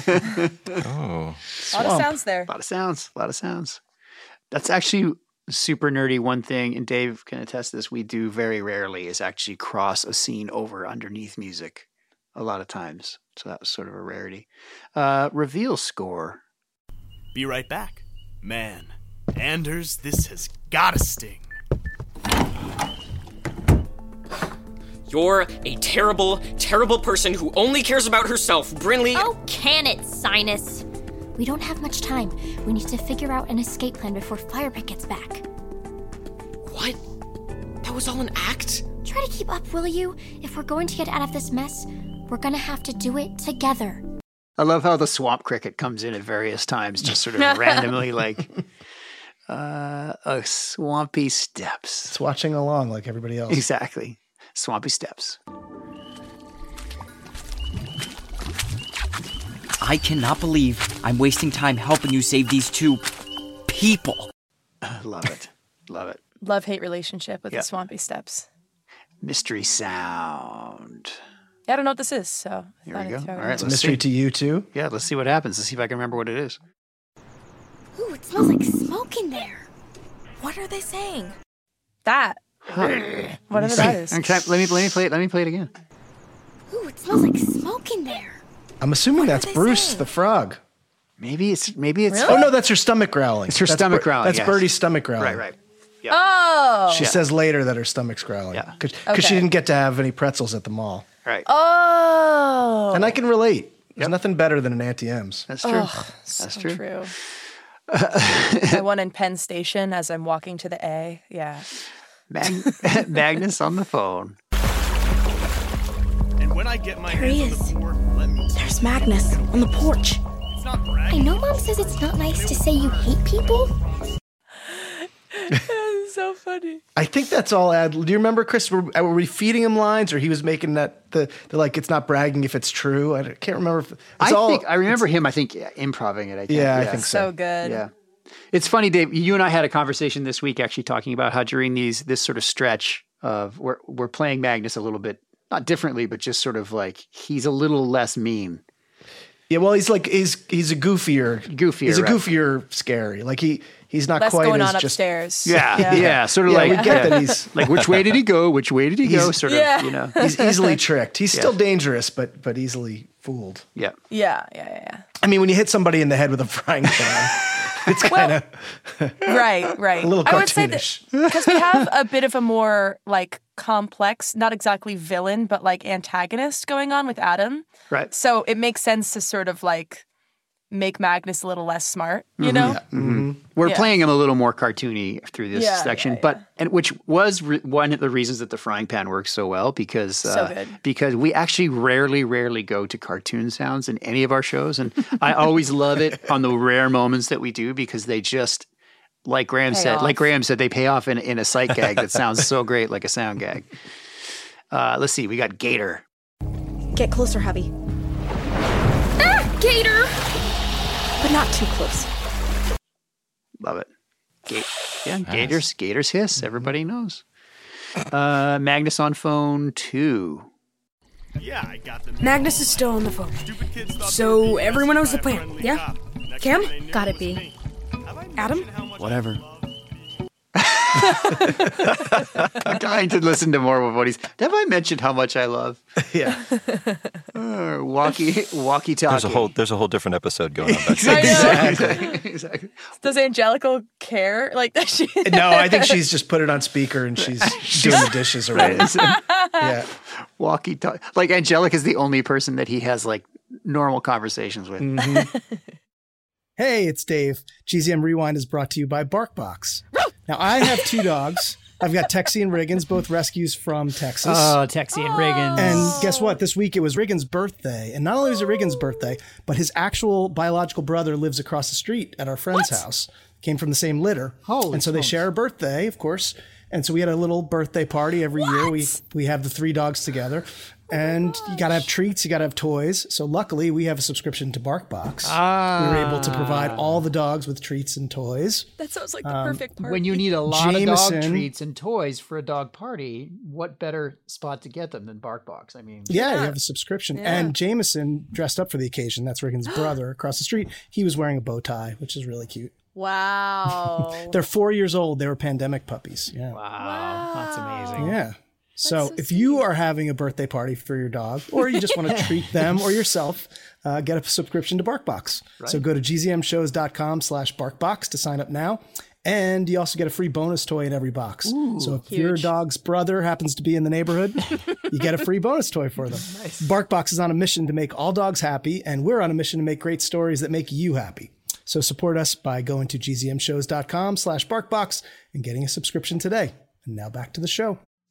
[SPEAKER 8] oh.
[SPEAKER 9] A lot of sounds there.
[SPEAKER 10] A lot of sounds. A lot of sounds. That's actually super nerdy. One thing, and Dave can attest to this, we do very rarely is actually cross a scene over underneath music a lot of times. So that was sort of a rarity. Uh, reveal score.
[SPEAKER 17] Be right back. Man, Anders, this has gotta sting.
[SPEAKER 7] You're a terrible, terrible person who only cares about herself, Brinley.
[SPEAKER 16] Oh, can it, Sinus? We don't have much time. We need to figure out an escape plan before Firepick gets back.
[SPEAKER 7] What? That was all an act?
[SPEAKER 16] Try to keep up, will you? If we're going to get out of this mess, we're gonna have to do it together.
[SPEAKER 10] I love how the swamp cricket comes in at various times, just sort of randomly, like uh, a swampy steps.
[SPEAKER 11] It's watching along like everybody else.
[SPEAKER 10] Exactly. Swampy steps.
[SPEAKER 13] I cannot believe I'm wasting time helping you save these two people.
[SPEAKER 10] Love it. Love it.
[SPEAKER 9] Love hate relationship with
[SPEAKER 10] Yeah.
[SPEAKER 9] the swampy steps.
[SPEAKER 10] Mystery sound.
[SPEAKER 9] I don't know what this is, so
[SPEAKER 10] Here we
[SPEAKER 9] I
[SPEAKER 10] go.
[SPEAKER 9] thought I'd
[SPEAKER 10] All
[SPEAKER 9] throw it
[SPEAKER 10] right.
[SPEAKER 11] It's a
[SPEAKER 10] let's
[SPEAKER 11] mystery
[SPEAKER 10] see.
[SPEAKER 11] to you too.
[SPEAKER 10] Yeah, let's see what happens. Let's see if I can remember what it is.
[SPEAKER 16] Ooh, it smells like smoke in there.
[SPEAKER 19] What are they saying?
[SPEAKER 9] That. Whatever that is.
[SPEAKER 10] And can I- let me let me play it. Let me play it again.
[SPEAKER 16] Ooh, it smells like smoke in there.
[SPEAKER 11] I'm assuming that's Bruce the frog.
[SPEAKER 10] Maybe it's maybe it's.
[SPEAKER 11] Oh no, that's her stomach growling.
[SPEAKER 10] It's her
[SPEAKER 11] That's
[SPEAKER 10] stomach
[SPEAKER 11] Bir-
[SPEAKER 10] growling,
[SPEAKER 11] That's
[SPEAKER 10] yes.
[SPEAKER 11] Birdie's stomach growling.
[SPEAKER 10] Right, right.
[SPEAKER 9] Oh.
[SPEAKER 11] She says later that her stomach's growling because she
[SPEAKER 9] Okay.
[SPEAKER 11] didn't get to have any pretzels at the mall.
[SPEAKER 10] Right.
[SPEAKER 9] Oh.
[SPEAKER 11] And I can relate. There's nothing better than an Auntie M's.
[SPEAKER 10] That's
[SPEAKER 9] Ugh, so true. I won in Penn Station as I'm walking to the A. Yeah.
[SPEAKER 10] Mag- Magnus on the phone.
[SPEAKER 17] And when I get my
[SPEAKER 6] There
[SPEAKER 17] hands
[SPEAKER 6] he
[SPEAKER 17] on
[SPEAKER 6] is.
[SPEAKER 17] the board, let me.
[SPEAKER 6] There's Magnus on the porch.
[SPEAKER 16] I know Mom says it's not nice to say you hate people.
[SPEAKER 9] so funny.
[SPEAKER 11] I think that's all. Ad. Do you remember, Chris? Were, uh, were we feeding him lines, or he was making that the, the like? It's not bragging if it's true. I don't- can't remember. If, it's
[SPEAKER 10] I
[SPEAKER 11] all,
[SPEAKER 10] think I remember him. I think yeah, improving it. I think.
[SPEAKER 11] Yeah, I think so. So
[SPEAKER 9] good.
[SPEAKER 10] Yeah. It's funny, Dave. You and I had a conversation this week, actually talking about how during these this sort of stretch of we're we're playing Magnus a little bit, not differently, but just sort of like he's a little less mean.
[SPEAKER 11] Yeah, well, he's like he's he's a goofier, goofier. He's a
[SPEAKER 10] right.
[SPEAKER 11] goofier scary. Like he he's not
[SPEAKER 9] Less
[SPEAKER 11] quite
[SPEAKER 9] going
[SPEAKER 11] as
[SPEAKER 9] on
[SPEAKER 11] just
[SPEAKER 9] upstairs.
[SPEAKER 10] Yeah, yeah, sort of
[SPEAKER 11] Yeah,
[SPEAKER 10] like
[SPEAKER 11] we get
[SPEAKER 10] yeah.
[SPEAKER 11] that he's-
[SPEAKER 10] like which way did he go? Which way did he go?
[SPEAKER 11] He's-
[SPEAKER 10] Sort
[SPEAKER 9] Yeah.
[SPEAKER 10] of, you know,
[SPEAKER 11] he's easily tricked. He's
[SPEAKER 10] Yeah.
[SPEAKER 11] still dangerous, but but easily fooled.
[SPEAKER 10] Yeah.
[SPEAKER 9] Yeah. Yeah. Yeah.
[SPEAKER 11] I mean, when you hit somebody in the head with a frying pan, it's kind of
[SPEAKER 9] yeah. Right. Right.
[SPEAKER 11] A little
[SPEAKER 9] I would say that
[SPEAKER 11] cartoonish.
[SPEAKER 9] because we have a bit of a more like complex, not exactly villain, but like antagonist going on with Adam.
[SPEAKER 10] Right.
[SPEAKER 9] So it makes sense to sort of like make Magnus a little less smart, you know?
[SPEAKER 10] Mhm. We're
[SPEAKER 9] Yeah.
[SPEAKER 10] playing him a little more cartoony through this
[SPEAKER 9] Yeah,
[SPEAKER 10] section, but and which was re- one of the reasons that the frying pan works so well because uh,
[SPEAKER 9] good.
[SPEAKER 10] because we actually rarely rarely go to cartoon sounds in any of our shows, and I always love it on the rare moments that we do because they just like Graham
[SPEAKER 13] Pay
[SPEAKER 10] said, like
[SPEAKER 13] off.
[SPEAKER 10] Graham said, they pay off in in a sight gag that sounds so great, like a sound gag. Uh, let's see, we got Gator.
[SPEAKER 6] Get closer, Heavy.
[SPEAKER 16] Ah, Gator!
[SPEAKER 6] But not too close.
[SPEAKER 10] Love it. Ga- yeah, Gators, Gators hiss. Everybody knows. Uh, Magnus on phone two.
[SPEAKER 17] Yeah, I got them.
[SPEAKER 14] Magnus is still on the phone. So everyone knows the plan, yeah? Cam?
[SPEAKER 15] Gotta be.
[SPEAKER 14] Adam?
[SPEAKER 13] Whatever.
[SPEAKER 10] I'm dying to listen to more of what he's. Have I mentioned how much I love?
[SPEAKER 9] Yeah.
[SPEAKER 10] Uh, walkie, walkie talkie.
[SPEAKER 8] There's a whole there's a whole different episode going on. back there.
[SPEAKER 10] exactly. exactly.
[SPEAKER 20] Does Angelica care? Like does she?
[SPEAKER 9] No, I think she's just put it on speaker and she's doing the dishes or
[SPEAKER 10] Right.
[SPEAKER 9] whatever. yeah.
[SPEAKER 10] Walkie talkie. Like Angelica's the only person that he has like normal conversations with.
[SPEAKER 11] Mm-hmm. Hey, it's Dave. GZM Rewind is brought to you by BarkBox. Now, I have two dogs. I've got Texie and Riggins, both rescues from Texas.
[SPEAKER 18] Oh, Texie and Riggins.
[SPEAKER 11] And guess what? This week it was Riggins' birthday. And not only was it Riggins' birthday, but his actual biological brother lives across the street at our friend's house. Came from the same litter.
[SPEAKER 21] Holy
[SPEAKER 11] and so
[SPEAKER 21] smokes.
[SPEAKER 11] they share a birthday, of course. And so we had a little birthday party every year. We we have the three dogs together. And you gotta have treats, you gotta have toys. So luckily we have a subscription to BarkBox. We were able to provide all the dogs with treats and toys.
[SPEAKER 20] That sounds like the
[SPEAKER 11] Um,
[SPEAKER 20] perfect part.
[SPEAKER 21] When you need a lot of dog
[SPEAKER 11] Jameson.
[SPEAKER 21] treats and toys for a dog party, what better spot to get them than BarkBox? I mean,
[SPEAKER 11] Yeah, you have a subscription.
[SPEAKER 21] Yeah.
[SPEAKER 11] And Jameson dressed up for the occasion. That's Reagan's brother across the street. He was wearing a bow tie, which is really cute.
[SPEAKER 20] Wow.
[SPEAKER 11] They're four years old. They were pandemic puppies. Oh. Yeah.
[SPEAKER 21] Wow, that's amazing.
[SPEAKER 11] Yeah. So, if you are having a birthday party for your dog, or you just want to treat them or yourself, uh, get a subscription to BarkBox. So
[SPEAKER 21] Right.
[SPEAKER 11] go to gzmshows.com slash BarkBox to sign up now. And you also get a free bonus toy in every box. so if your dog's brother happens to be in the neighborhood, you get a free bonus toy for them. BarkBox is on a mission to make all dogs happy, and we're on a mission to make great stories that make you happy. So support us by going to gzmshows.com slash BarkBox and getting a subscription today. And now back to the show.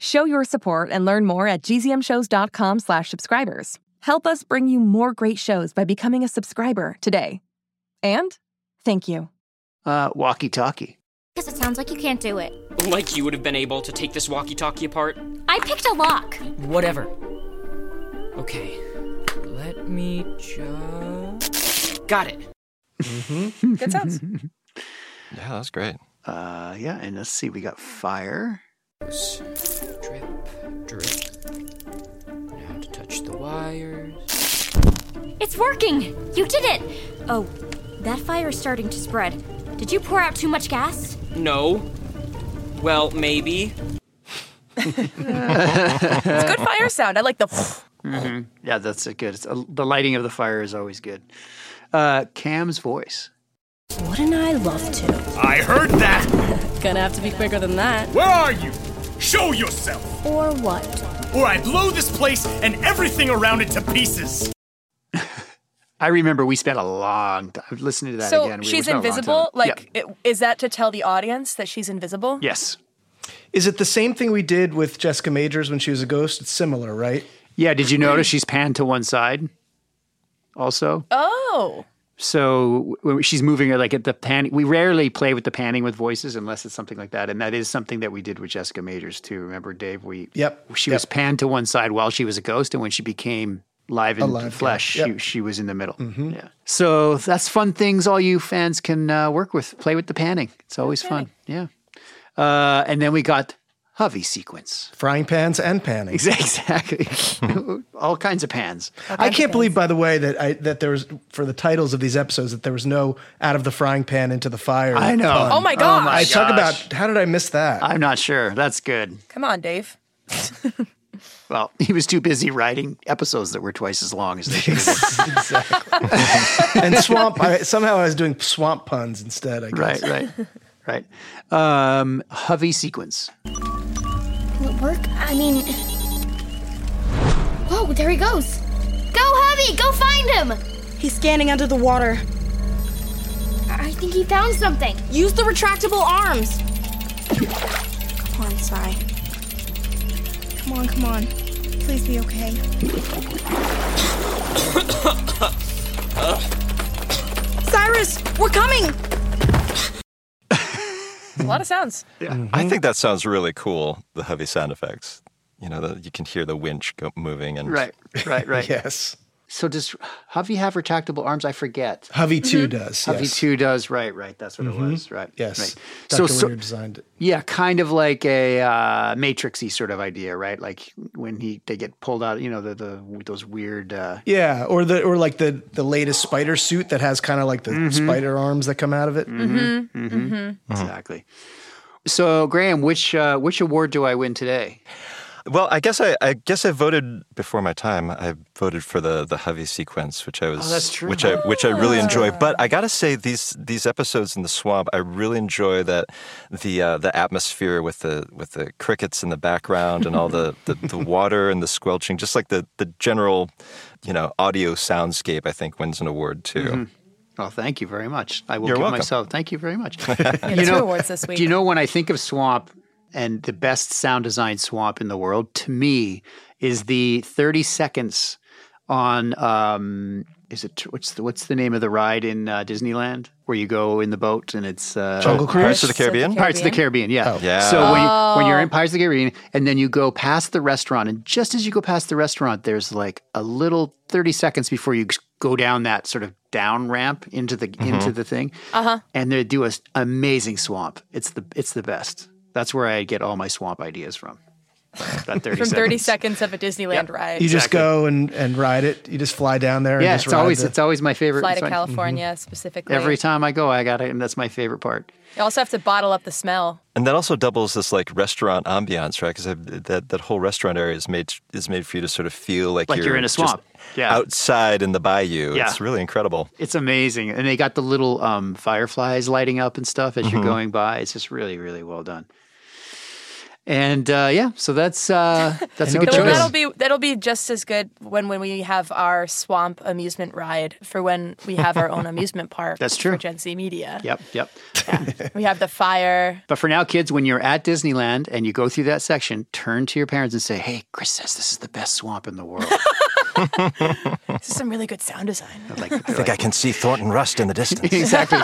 [SPEAKER 20] Show your support and learn more at gzmshows.com slash subscribers. Help us bring you more great shows by becoming a subscriber today. And thank you.
[SPEAKER 10] Uh, walkie talkie.
[SPEAKER 16] Because it sounds like you can't do it.
[SPEAKER 7] Like you would have been able to take this walkie talkie apart.
[SPEAKER 16] I picked a lock.
[SPEAKER 7] Whatever. Okay. Let me just. Got it.
[SPEAKER 21] Mm-hmm.
[SPEAKER 20] Good sounds.
[SPEAKER 8] Yeah, that's great.
[SPEAKER 10] Uh, yeah, and let's see, we got fire.
[SPEAKER 7] Drip, drip. Now to touch the wires.
[SPEAKER 16] It's working! You did it! Oh, that fire is starting to spread. Did you pour out too much gas?
[SPEAKER 7] No. Well, maybe.
[SPEAKER 20] It's good fire sound. I like the.
[SPEAKER 10] hmm Yeah, that's a good. It's a, the lighting of the fire is always good. Uh, Cam's voice.
[SPEAKER 22] Wouldn't I love to?
[SPEAKER 23] I heard that!
[SPEAKER 22] Gonna have to be quicker than that.
[SPEAKER 23] Where are you? Show yourself!
[SPEAKER 22] Or what?
[SPEAKER 23] Or I blow this place and everything around it to pieces!
[SPEAKER 10] I remember we spent a long time listening to that
[SPEAKER 20] so
[SPEAKER 10] again. We- we
[SPEAKER 20] she's
[SPEAKER 10] spent a long
[SPEAKER 20] invisible.
[SPEAKER 10] time-
[SPEAKER 20] Like, it- is that to tell the audience that she's invisible?
[SPEAKER 10] Yes.
[SPEAKER 9] Is it the same thing we did with Jessica Majors when she was a ghost? It's similar, right?
[SPEAKER 10] Yeah. Did you notice she's panned to one side? Also,
[SPEAKER 20] Oh.
[SPEAKER 10] so when she's moving her like at the pan. We rarely play with the panning with voices unless it's something like that, and that is something that we did with Jessica Majors too. Remember, Dave? We
[SPEAKER 9] Yep.
[SPEAKER 10] She was panned to one side while she was a ghost, and when she became live in
[SPEAKER 9] Alive, yeah.
[SPEAKER 10] flesh, she,
[SPEAKER 9] Yep. Mm-hmm.
[SPEAKER 10] she was in the middle. Yeah. So that's fun things all you fans can uh, work with. Play with the panning. It's always fun. Yeah. Uh, and then we got Hovey sequence.
[SPEAKER 9] Frying pans and panning.
[SPEAKER 10] Exactly. all kinds of pans.
[SPEAKER 9] I can't believe, by the way, that I that there was for the titles of these episodes that there was no out of the frying pan into the fire.
[SPEAKER 10] I know.
[SPEAKER 9] pun.
[SPEAKER 10] Oh my gosh.
[SPEAKER 9] I talk
[SPEAKER 10] gosh.
[SPEAKER 9] about how did I miss that?
[SPEAKER 11] Uh,
[SPEAKER 10] I'm not sure. That's good.
[SPEAKER 20] Come on, Dave.
[SPEAKER 10] Well, he was too busy writing episodes that were twice as long as they should have been.
[SPEAKER 9] and swamp. I, somehow I was doing swamp puns instead. I
[SPEAKER 10] Right,
[SPEAKER 9] guess.
[SPEAKER 10] right, right. Um, Hovey sequence.
[SPEAKER 16] Will it work? I mean. Whoa, there he goes! Go, Hubby! Go find him!
[SPEAKER 6] He's scanning under the water.
[SPEAKER 16] I think he found something.
[SPEAKER 6] Use the retractable arms. Come on, Sai. Come on, come on. Please be okay. Cyrus, we're coming.
[SPEAKER 20] A lot of sounds.
[SPEAKER 8] I think that sounds really cool. The heavy sound effects. You know, the, you can hear the winch go, moving and
[SPEAKER 10] Right, right, right.
[SPEAKER 11] yes.
[SPEAKER 10] So does Hovey have retractable arms? I forget.
[SPEAKER 11] Hovey too Mhm.
[SPEAKER 10] Mm-hmm.
[SPEAKER 11] does,
[SPEAKER 10] Hovey
[SPEAKER 11] yes.
[SPEAKER 10] two does. Right, right. That's what
[SPEAKER 9] Mm-hmm.
[SPEAKER 10] it was. Right.
[SPEAKER 11] Yes.
[SPEAKER 10] Right.
[SPEAKER 11] Dr. Whittier designed it.
[SPEAKER 10] Yeah, kind of like a uh, matrixy sort of idea, right? Like when he they get pulled out, you know, the, the those weird. Uh,
[SPEAKER 11] Yeah, or the or like the the latest spider suit that has kind of like the
[SPEAKER 10] Mm-hmm.
[SPEAKER 11] spider arms that come out of it.
[SPEAKER 9] Mm-hmm.
[SPEAKER 10] Mhm,
[SPEAKER 22] Mm-hmm.
[SPEAKER 10] mhm. Exactly. So Graham, which uh, which award do I win today?
[SPEAKER 8] Well, I guess I, I guess I voted before my time. I voted for the the heavy sequence, which I was,
[SPEAKER 10] Oh, that's true.
[SPEAKER 8] which I which I really enjoy. But I gotta say, these these episodes in the swamp, I really enjoy that the uh, the atmosphere with the with the crickets in the background and all the, the, the water and the squelching, just like the the general, you know, audio soundscape. I think wins an award too.
[SPEAKER 10] Mhm. Oh, thank you very much. I will
[SPEAKER 8] You're
[SPEAKER 10] give
[SPEAKER 8] welcome.
[SPEAKER 10] myself. Thank you very much.
[SPEAKER 8] two
[SPEAKER 9] awards this week.
[SPEAKER 10] Do you know when I think of swamp and the best sound design swamp in the world to me is the 30 seconds on um is it what's the what's the name of the ride in uh, Disneyland where you go in the boat and it's uh,
[SPEAKER 8] Jungle Cruise? Pirates of the Caribbean?
[SPEAKER 10] Pirates of the Caribbean, yeah.
[SPEAKER 8] Oh. Yeah.
[SPEAKER 10] So when you, when you're
[SPEAKER 8] Oh.
[SPEAKER 10] in Pirates of the Caribbean and then you go past the restaurant and just as you go past the restaurant there's like a little 30 seconds before you go down that sort of down ramp into the
[SPEAKER 11] Mm-hmm.
[SPEAKER 10] into the thing
[SPEAKER 9] Uh huh.
[SPEAKER 10] and they do an amazing swamp. It's the it's the best. That's where I get all my swamp ideas from. That thirty
[SPEAKER 9] From 30
[SPEAKER 10] seconds.
[SPEAKER 9] seconds of a Disneyland ride.
[SPEAKER 11] You just go and and ride it. You just fly down there.
[SPEAKER 10] Yeah,
[SPEAKER 11] and just
[SPEAKER 10] it's
[SPEAKER 11] ride
[SPEAKER 10] always
[SPEAKER 11] the-
[SPEAKER 10] it's always my favorite.
[SPEAKER 9] Fly
[SPEAKER 10] it's
[SPEAKER 9] to
[SPEAKER 10] my-
[SPEAKER 9] California
[SPEAKER 20] Mm-hmm.
[SPEAKER 10] Mhm.
[SPEAKER 9] specifically.
[SPEAKER 10] Every time I go, I got it, and that's my favorite part.
[SPEAKER 9] You also have to bottle up the smell.
[SPEAKER 8] And that also doubles this like restaurant ambiance, right? Because that, that whole restaurant area is made is made for you to sort of feel like,
[SPEAKER 10] Like you're in a
[SPEAKER 8] just
[SPEAKER 10] swamp. Yeah.
[SPEAKER 8] outside in the bayou.
[SPEAKER 10] Yeah.
[SPEAKER 8] It's really incredible.
[SPEAKER 10] It's amazing, and they got the little um, fireflies lighting up and stuff as you're
[SPEAKER 9] Mm-hmm.
[SPEAKER 8] Mhm.
[SPEAKER 10] going by. It's just really, really well done. And uh, yeah, so that's uh, that's a good
[SPEAKER 9] Well,
[SPEAKER 10] choice.
[SPEAKER 9] that'll be that'll be just as good when, when we have our swamp amusement ride for when we have our own amusement park.
[SPEAKER 10] That's true.
[SPEAKER 9] For Gen Z Media.
[SPEAKER 10] Yep, yep.
[SPEAKER 9] We have the fire.
[SPEAKER 10] But for now, kids, when you're at Disneyland and you go through that section, turn to your parents and say, "Hey, Chris says this is the best swamp in the world."
[SPEAKER 9] This is some really good sound design.
[SPEAKER 10] I
[SPEAKER 8] think I can see Thornton Rust in the distance.
[SPEAKER 10] exactly.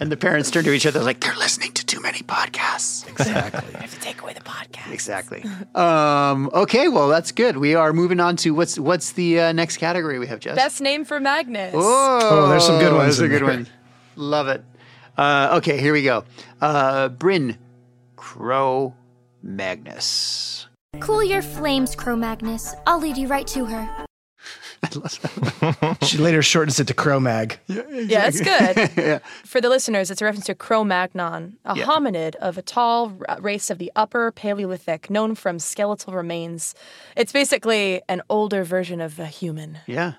[SPEAKER 10] and the parents turn to each other like they're listening to too many podcasts. Exactly.
[SPEAKER 9] I have to take away the podcast.
[SPEAKER 10] Exactly. Um, okay, well that's good. We are moving on to what's what's the uh, next category we have, Jess?
[SPEAKER 9] Best name for Magnus.
[SPEAKER 10] Oh,
[SPEAKER 11] Oh, there's some good ones
[SPEAKER 10] There's a
[SPEAKER 11] in
[SPEAKER 10] good
[SPEAKER 11] there.
[SPEAKER 10] one. Love it. Uh, okay, here we go. Uh, Bryn Crow Magnus.
[SPEAKER 16] Cool your flames, Crow Magnus. I'll lead you right to her.
[SPEAKER 11] she later shortens it to Cro-Mag.
[SPEAKER 9] Yeah, it's good.
[SPEAKER 10] yeah.
[SPEAKER 9] For the listeners, it's a reference to Cro-Magnon, a
[SPEAKER 11] Yeah.
[SPEAKER 9] hominid of a tall r- race of the Upper Paleolithic, known from skeletal remains. It's basically an older version of a human
[SPEAKER 10] Yeah.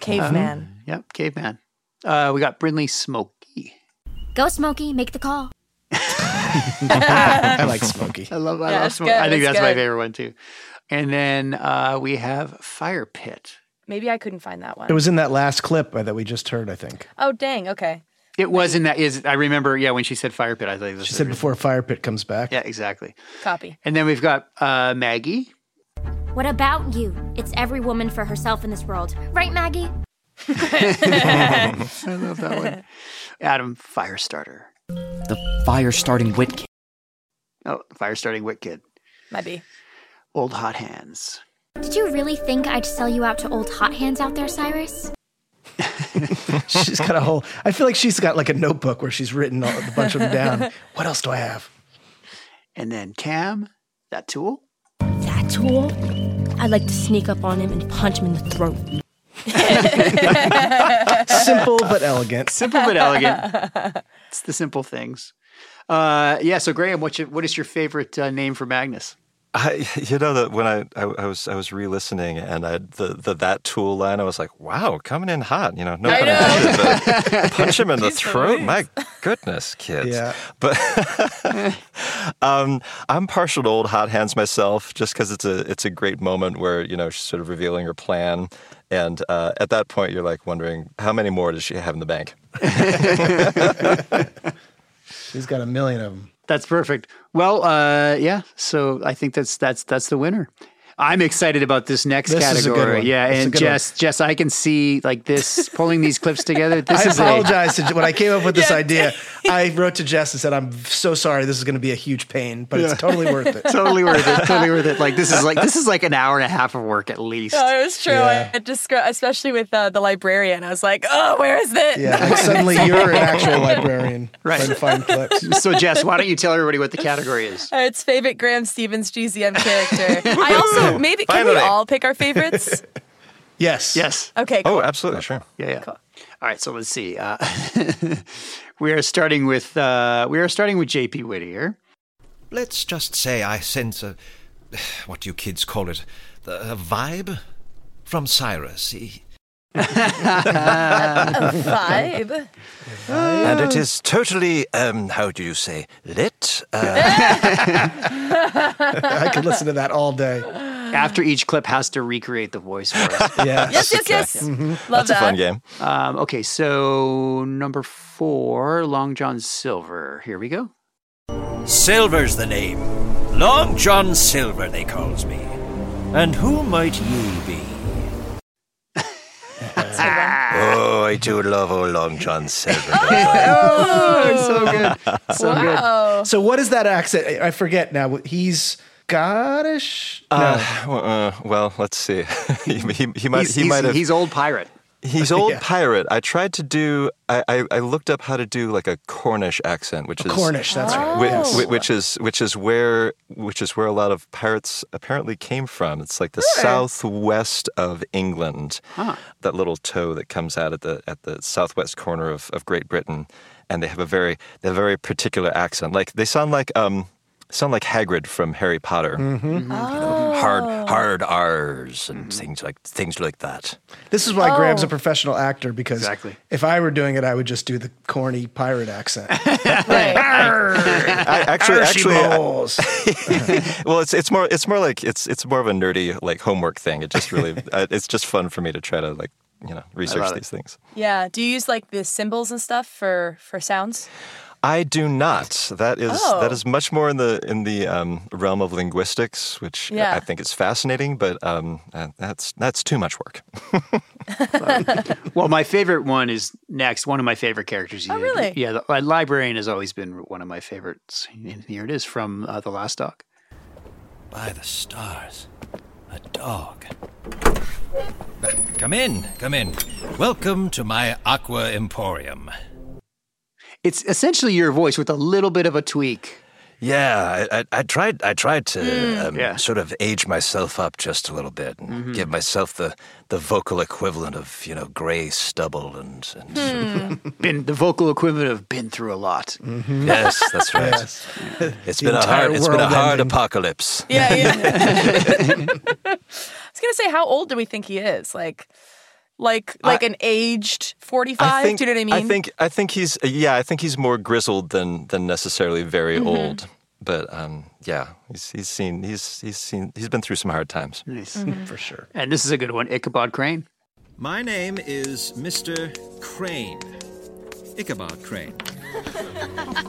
[SPEAKER 9] caveman.
[SPEAKER 10] Uh, yep, caveman. Uh, we got Brinley Smoke.
[SPEAKER 16] Go, Smokey, make the call.
[SPEAKER 10] I
[SPEAKER 11] like Smokey.
[SPEAKER 10] I love, I
[SPEAKER 9] Yeah,
[SPEAKER 10] love
[SPEAKER 9] it's
[SPEAKER 10] Smokey.
[SPEAKER 9] good,
[SPEAKER 10] I think
[SPEAKER 9] it's
[SPEAKER 10] that's my
[SPEAKER 9] good.
[SPEAKER 10] favorite one too. And then uh, we have Fire Pit.
[SPEAKER 9] Maybe I couldn't find that one.
[SPEAKER 11] It was in that last clip uh, that we just heard, I think.
[SPEAKER 9] oh, dang. Okay.
[SPEAKER 10] It was in that is I remember yeah when she said Fire Pit I thought it was
[SPEAKER 11] She said before Fire Pit comes back.
[SPEAKER 10] yeah exactly.
[SPEAKER 9] Copy.
[SPEAKER 10] And then we've got uh, Maggie.
[SPEAKER 16] What about you? It's every woman for herself in this world. Right, Maggie?
[SPEAKER 10] I love that one. Adam Firestarter.
[SPEAKER 13] The fire starting wit kid.
[SPEAKER 10] Oh, fire starting wit kid.
[SPEAKER 9] Might be.
[SPEAKER 10] Old hot hands.
[SPEAKER 16] Did you really think I'd sell you out to old hot hands out there, Cyrus?
[SPEAKER 11] she's got a whole. I feel like she's got like a notebook where she's written all, a bunch of them down. What else do I have?
[SPEAKER 10] And then Cam, that tool.
[SPEAKER 15] That tool? I'd like to sneak up on him and punch him in the throat.
[SPEAKER 11] Simple but elegant.
[SPEAKER 10] Simple but elegant. It's the simple things. Uh, yeah. So Graham, what's your, what is your favorite uh, name for Magnus?
[SPEAKER 8] I, you know that when I, I, I was I was re-listening and I, the, the that tool line I was like wow coming in hot you know no
[SPEAKER 10] I
[SPEAKER 8] pun
[SPEAKER 10] know.
[SPEAKER 8] intended, but punch him in the
[SPEAKER 10] Jeez
[SPEAKER 8] throat
[SPEAKER 10] Louise.
[SPEAKER 8] my goodness kids but um, I'm partial to old hot hands myself just because it's a it's a great moment where you know she's sort of revealing her plan and uh, at that point you're like wondering how many more does she have in the bank
[SPEAKER 11] She's got a million of them.
[SPEAKER 10] That's perfect. Well, uh, yeah. So I think that's that's that's the winner. I'm excited about this next
[SPEAKER 11] This
[SPEAKER 10] category.
[SPEAKER 11] is a good one.
[SPEAKER 10] Yeah,
[SPEAKER 11] This is a
[SPEAKER 10] and
[SPEAKER 11] good one.
[SPEAKER 10] Jess, Jess, I can see like this pulling these clips together. This
[SPEAKER 11] I
[SPEAKER 10] is a-
[SPEAKER 11] apologize to, when I came up with this idea. I wrote to Jess and said, "I'm so sorry. This is going to be a huge pain, but
[SPEAKER 10] Yeah.
[SPEAKER 11] it's totally worth it.
[SPEAKER 10] totally worth it. Totally worth it. Like this is like this is like an hour and a half of work at least.
[SPEAKER 9] No, Oh, it was true.
[SPEAKER 10] Yeah.
[SPEAKER 9] I just, especially with uh, the librarian, I was like, oh, where is this?
[SPEAKER 11] Yeah, like suddenly you're an actual librarian.
[SPEAKER 10] Right.
[SPEAKER 11] trying to find clips.
[SPEAKER 10] So Jess, why don't you tell everybody what the category is?
[SPEAKER 9] Uh, it's favorite Graham Stevens GZM character. I also maybe can we
[SPEAKER 10] Finally.
[SPEAKER 9] all pick our favorites?
[SPEAKER 11] Yes.
[SPEAKER 10] Yes.
[SPEAKER 9] Okay, cool. Oh,
[SPEAKER 8] absolutely. Sure.
[SPEAKER 10] Yeah. yeah. All right. So let's see. Uh, we are starting with uh, we are starting with J.P. Whittier.
[SPEAKER 24] Let's just say I sense a. what do you kids call it? A vibe? From Cyrus. He-
[SPEAKER 10] Uh,
[SPEAKER 9] Vibe.
[SPEAKER 8] And it is totally, um, how do you say, lit? Uh,
[SPEAKER 11] I could listen to that all day.
[SPEAKER 10] After each clip has to recreate the voice for us.
[SPEAKER 11] Yes.
[SPEAKER 9] Yes, yes, yes. Love that.
[SPEAKER 8] game.
[SPEAKER 10] Um, okay, so number four, Long John Silver. Here we go.
[SPEAKER 25] Silver's the name. Long John Silver, they calls me. And who might ye be?
[SPEAKER 8] oh, I do love old Long John Silver.
[SPEAKER 10] oh,
[SPEAKER 11] so good. So good. So what is that accent? I I forget now. He's Scottish?
[SPEAKER 8] Uh, w- uh, well, let's see. he, he, he might.
[SPEAKER 10] He's-
[SPEAKER 8] he
[SPEAKER 10] he's-
[SPEAKER 8] might have.
[SPEAKER 10] he's old pirate.
[SPEAKER 8] He's old
[SPEAKER 10] Yeah.
[SPEAKER 8] pirate. I tried to do. I, I, I looked up how to do like a Cornish accent, which is
[SPEAKER 11] Cornish, that's right.
[SPEAKER 8] whi-
[SPEAKER 11] Yes.
[SPEAKER 8] whi- which is which is where which is where a lot of pirates apparently came from. It's like the
[SPEAKER 25] Really?
[SPEAKER 8] southwest of England.
[SPEAKER 25] Huh.
[SPEAKER 8] That little toe that comes out at the at the southwest corner of, of Great Britain, and they have a very they have a very particular accent. Like they sound like um sound like Hagrid from Harry Potter.
[SPEAKER 11] Mm-hmm.
[SPEAKER 8] Mm-hmm.
[SPEAKER 9] Mm-hmm.
[SPEAKER 8] Oh. Hard hard R's and things like things like that.
[SPEAKER 11] This is why
[SPEAKER 8] Oh.
[SPEAKER 11] Graham's a professional actor because
[SPEAKER 8] Exactly.
[SPEAKER 11] if I were doing it, I would just do the corny pirate accent.
[SPEAKER 8] I actually,
[SPEAKER 11] Archie
[SPEAKER 8] actually,
[SPEAKER 11] balls.
[SPEAKER 8] well, it's it's more it's more like it's it's more of a nerdy like homework thing. It just really I- it's just fun for me to try to like you know research
[SPEAKER 10] it.
[SPEAKER 8] these things.
[SPEAKER 9] Yeah. Do you use like the symbols and stuff for for sounds?
[SPEAKER 8] I do not. That is
[SPEAKER 9] Oh.
[SPEAKER 8] that is much more in the in the um, realm of linguistics, which
[SPEAKER 9] Yeah.
[SPEAKER 8] I think is fascinating, but um, uh, that's that's too much work.
[SPEAKER 10] Well, my favorite one is next. One of my favorite characters. Oh,
[SPEAKER 9] really?
[SPEAKER 10] Yeah, the, my librarian has always been one of my favorites. And here it is from uh, The Last Dog.
[SPEAKER 25] By the stars, a dog. Come in, come in. Welcome to my Aqua Emporium.
[SPEAKER 10] It's essentially your voice with a little bit of a tweak.
[SPEAKER 25] Yeah, I, I, I tried. I tried to
[SPEAKER 10] Mm.
[SPEAKER 25] um, sort of age myself up just a little bit and give myself the, the vocal equivalent of you know gray stubble and, and
[SPEAKER 8] Hmm.
[SPEAKER 10] been the vocal equivalent of been through a lot.
[SPEAKER 25] yes, that's right. It's
[SPEAKER 10] Mm-hmm. The
[SPEAKER 25] been a
[SPEAKER 10] entire
[SPEAKER 25] hard. It's been a
[SPEAKER 10] world
[SPEAKER 25] hard
[SPEAKER 10] ending.
[SPEAKER 25] apocalypse.
[SPEAKER 9] Yeah. yeah. I was gonna say, how old do we think he is? Like, like, like an aged forty-five. do you know what I mean?
[SPEAKER 8] think I think he's yeah I think he's more grizzled than than necessarily very
[SPEAKER 9] Mhm.
[SPEAKER 8] old, but um, yeah he's he's seen he's he's seen he's been through some hard times.
[SPEAKER 10] Nice
[SPEAKER 9] Mm-hmm.
[SPEAKER 25] Mhm.
[SPEAKER 10] for sure. And this is a good one, Ichabod Crane.
[SPEAKER 25] My name is Mr. Crane. Ichabod Crane.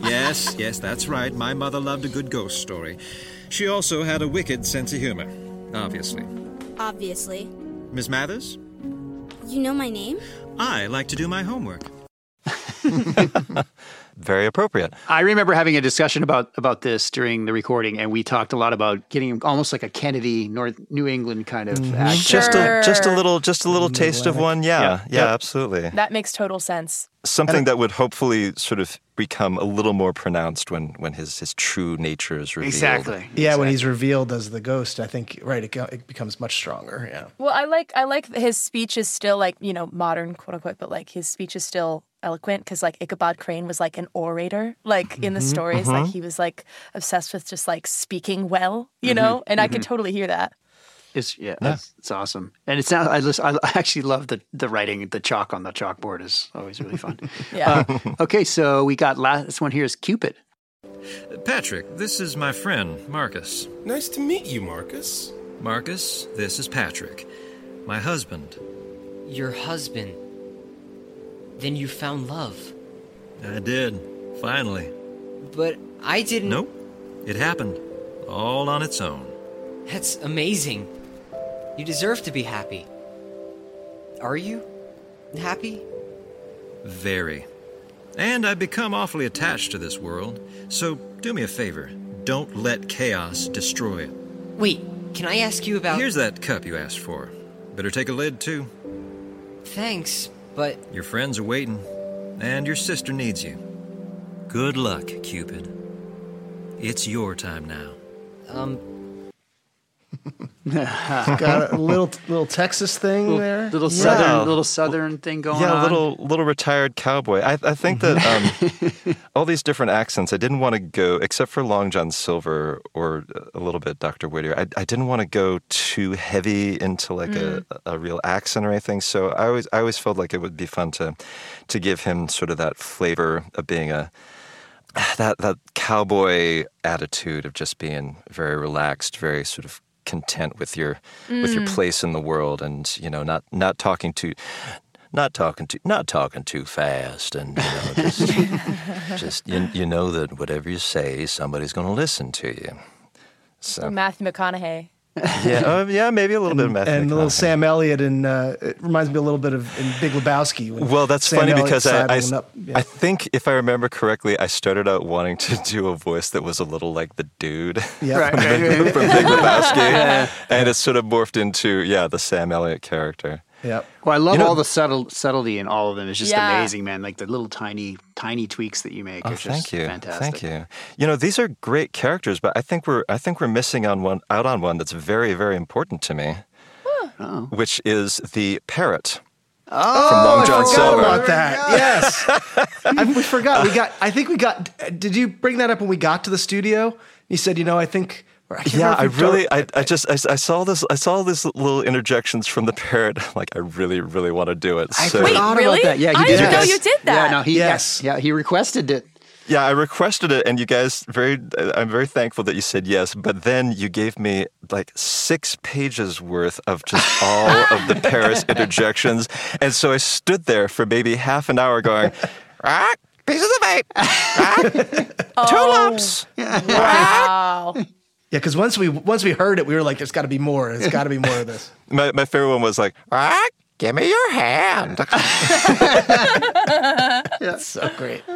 [SPEAKER 25] yes, yes, that's right. My mother loved a good ghost story. She also had a wicked sense of humor, obviously.
[SPEAKER 2] Obviously.
[SPEAKER 25] Miss Mathers,
[SPEAKER 2] You know my name?
[SPEAKER 25] I like to do my homework.
[SPEAKER 8] Very appropriate.
[SPEAKER 10] I remember having a discussion about about this during the recording, and we talked a lot about getting almost like a Kennedy, North New England kind of accent.
[SPEAKER 8] Just a just a little just a little
[SPEAKER 10] Mm,
[SPEAKER 8] taste of one. Yeah, yeah, absolutely.
[SPEAKER 9] that makes total sense.
[SPEAKER 8] Something that would hopefully sort of become a little more pronounced when when his his true nature is revealed.
[SPEAKER 11] Yeah, when he's revealed as the ghost, I think right, it, go- it becomes much stronger. Yeah.
[SPEAKER 9] Well, I like I like his speech is still like you know modern quote unquote, but like his speech is still eloquent because like Ichabod Crane was like an orator, like in the
[SPEAKER 8] Mm-hmm,
[SPEAKER 25] Mhm,
[SPEAKER 9] stories,
[SPEAKER 25] mhm.
[SPEAKER 9] like he was like obsessed with just like speaking well, you
[SPEAKER 8] Mm-hmm,
[SPEAKER 9] know,
[SPEAKER 10] Mhm,
[SPEAKER 9] and I could
[SPEAKER 10] mhm.
[SPEAKER 9] totally hear that.
[SPEAKER 10] It's yeah, It's, it's awesome, and it sounds. I just, I actually love the the writing. The chalk on the chalkboard is always really fun.
[SPEAKER 25] Yeah.
[SPEAKER 10] Uh, okay, so we got last this one here is Cupid.
[SPEAKER 25] Patrick, this is my friend, Marcus. Nice to meet you, Marcus. Marcus, this is Patrick, my husband.
[SPEAKER 26] Your husband. Then you found love.
[SPEAKER 25] I did, finally.
[SPEAKER 26] But I didn't.
[SPEAKER 25] Nope. It happened all on its own.
[SPEAKER 26] That's amazing. You deserve to be happy. Are you happy?
[SPEAKER 25] Very. And I've become awfully attached to this world, so do me a favor. Don't let chaos destroy it.
[SPEAKER 26] Wait, can I ask you about.
[SPEAKER 25] Here's that cup you asked for. Better take a lid, too.
[SPEAKER 26] Thanks, but.
[SPEAKER 25] Your friends are waiting, and your sister needs you. Good luck, Cupid. It's your time now.
[SPEAKER 26] Um,
[SPEAKER 11] Got a little little Texas thing
[SPEAKER 10] Little-
[SPEAKER 11] there.
[SPEAKER 10] little southern, little southern thing going on.
[SPEAKER 8] yeah, little little retired cowboy. I, I think that um, all these different accents. I didn't want to go, except for Long John Silver or a little bit Doctor Whittier. I, I didn't want to go too heavy into like
[SPEAKER 10] Mm.
[SPEAKER 8] a, a real accent or anything. So I always I always felt like it would be fun to to give him sort of that flavor of being a that that cowboy attitude of just being very relaxed, very sort of content with your with your
[SPEAKER 20] Mm.
[SPEAKER 8] place in the world, and you know, not not talking too, not talking too, not talking too fast, and you know, just just you, you know that whatever you say, somebody's going to listen to you. So
[SPEAKER 9] Matthew McConaughey.
[SPEAKER 8] yeah, oh, yeah, maybe a little bit of Matthew
[SPEAKER 11] and a little
[SPEAKER 8] McConaughey.
[SPEAKER 11] Sam Elliott, and uh, it reminds me a little bit of in Big Lebowski. when
[SPEAKER 8] Well, that's
[SPEAKER 11] Sam
[SPEAKER 8] funny
[SPEAKER 11] Elliott's
[SPEAKER 8] because I, I,
[SPEAKER 11] saddling up, yeah.
[SPEAKER 8] I think if I remember correctly, I started out wanting to do a voice that was a little like the dude
[SPEAKER 11] Yeah. Right,
[SPEAKER 8] from,
[SPEAKER 11] right,
[SPEAKER 8] Big-
[SPEAKER 11] right, right.
[SPEAKER 8] from Big Lebowski,
[SPEAKER 10] Yeah.
[SPEAKER 8] and it sort of morphed into yeah the Sam Elliott character.
[SPEAKER 11] Yep.
[SPEAKER 10] Well, I love
[SPEAKER 8] You know-
[SPEAKER 10] all the subtle subtlety in all of them. It's just
[SPEAKER 8] Yeah.
[SPEAKER 10] amazing, man. Like the little tiny, tiny tweaks that you make.
[SPEAKER 8] Oh,
[SPEAKER 10] are just
[SPEAKER 8] thank you,
[SPEAKER 10] Fantastic.
[SPEAKER 8] thank you. You know these are great characters, but I think we're I think we're missing on one out on one that's very very important to me, which is the parrot.
[SPEAKER 11] Oh,
[SPEAKER 8] From Long John
[SPEAKER 11] I forgot
[SPEAKER 8] Silver.
[SPEAKER 11] about that. Yes, I, we forgot. We got. I think we got. Did you bring that up when we got to the studio? You said, you know, I think. or can't
[SPEAKER 8] yeah,
[SPEAKER 11] remember
[SPEAKER 8] I
[SPEAKER 11] if you
[SPEAKER 8] really, I, I just, I, I saw this, I saw this little interjections from the parrot. Like, I really, really want to do it.
[SPEAKER 10] I
[SPEAKER 8] so.
[SPEAKER 10] forgot about that. Yeah,
[SPEAKER 9] I
[SPEAKER 10] he
[SPEAKER 9] didn't
[SPEAKER 10] did.
[SPEAKER 9] know you did that.
[SPEAKER 10] Yeah, no, he yes. yeah, he requested it.
[SPEAKER 8] Yeah, I requested it, and you guys very. I'm very thankful that you said yes. But then you gave me like six pages worth of just all of the Paris interjections, and so I stood there for maybe half an hour going, "Rock, pieces of eight, rock, two lumps."
[SPEAKER 9] Wow.
[SPEAKER 11] Yeah, because once we once we heard it, we were like, "There's got to be more. There's got to be more of this."
[SPEAKER 8] My my favorite one was like, "Rock, give me your hand."
[SPEAKER 10] That's
[SPEAKER 11] so great.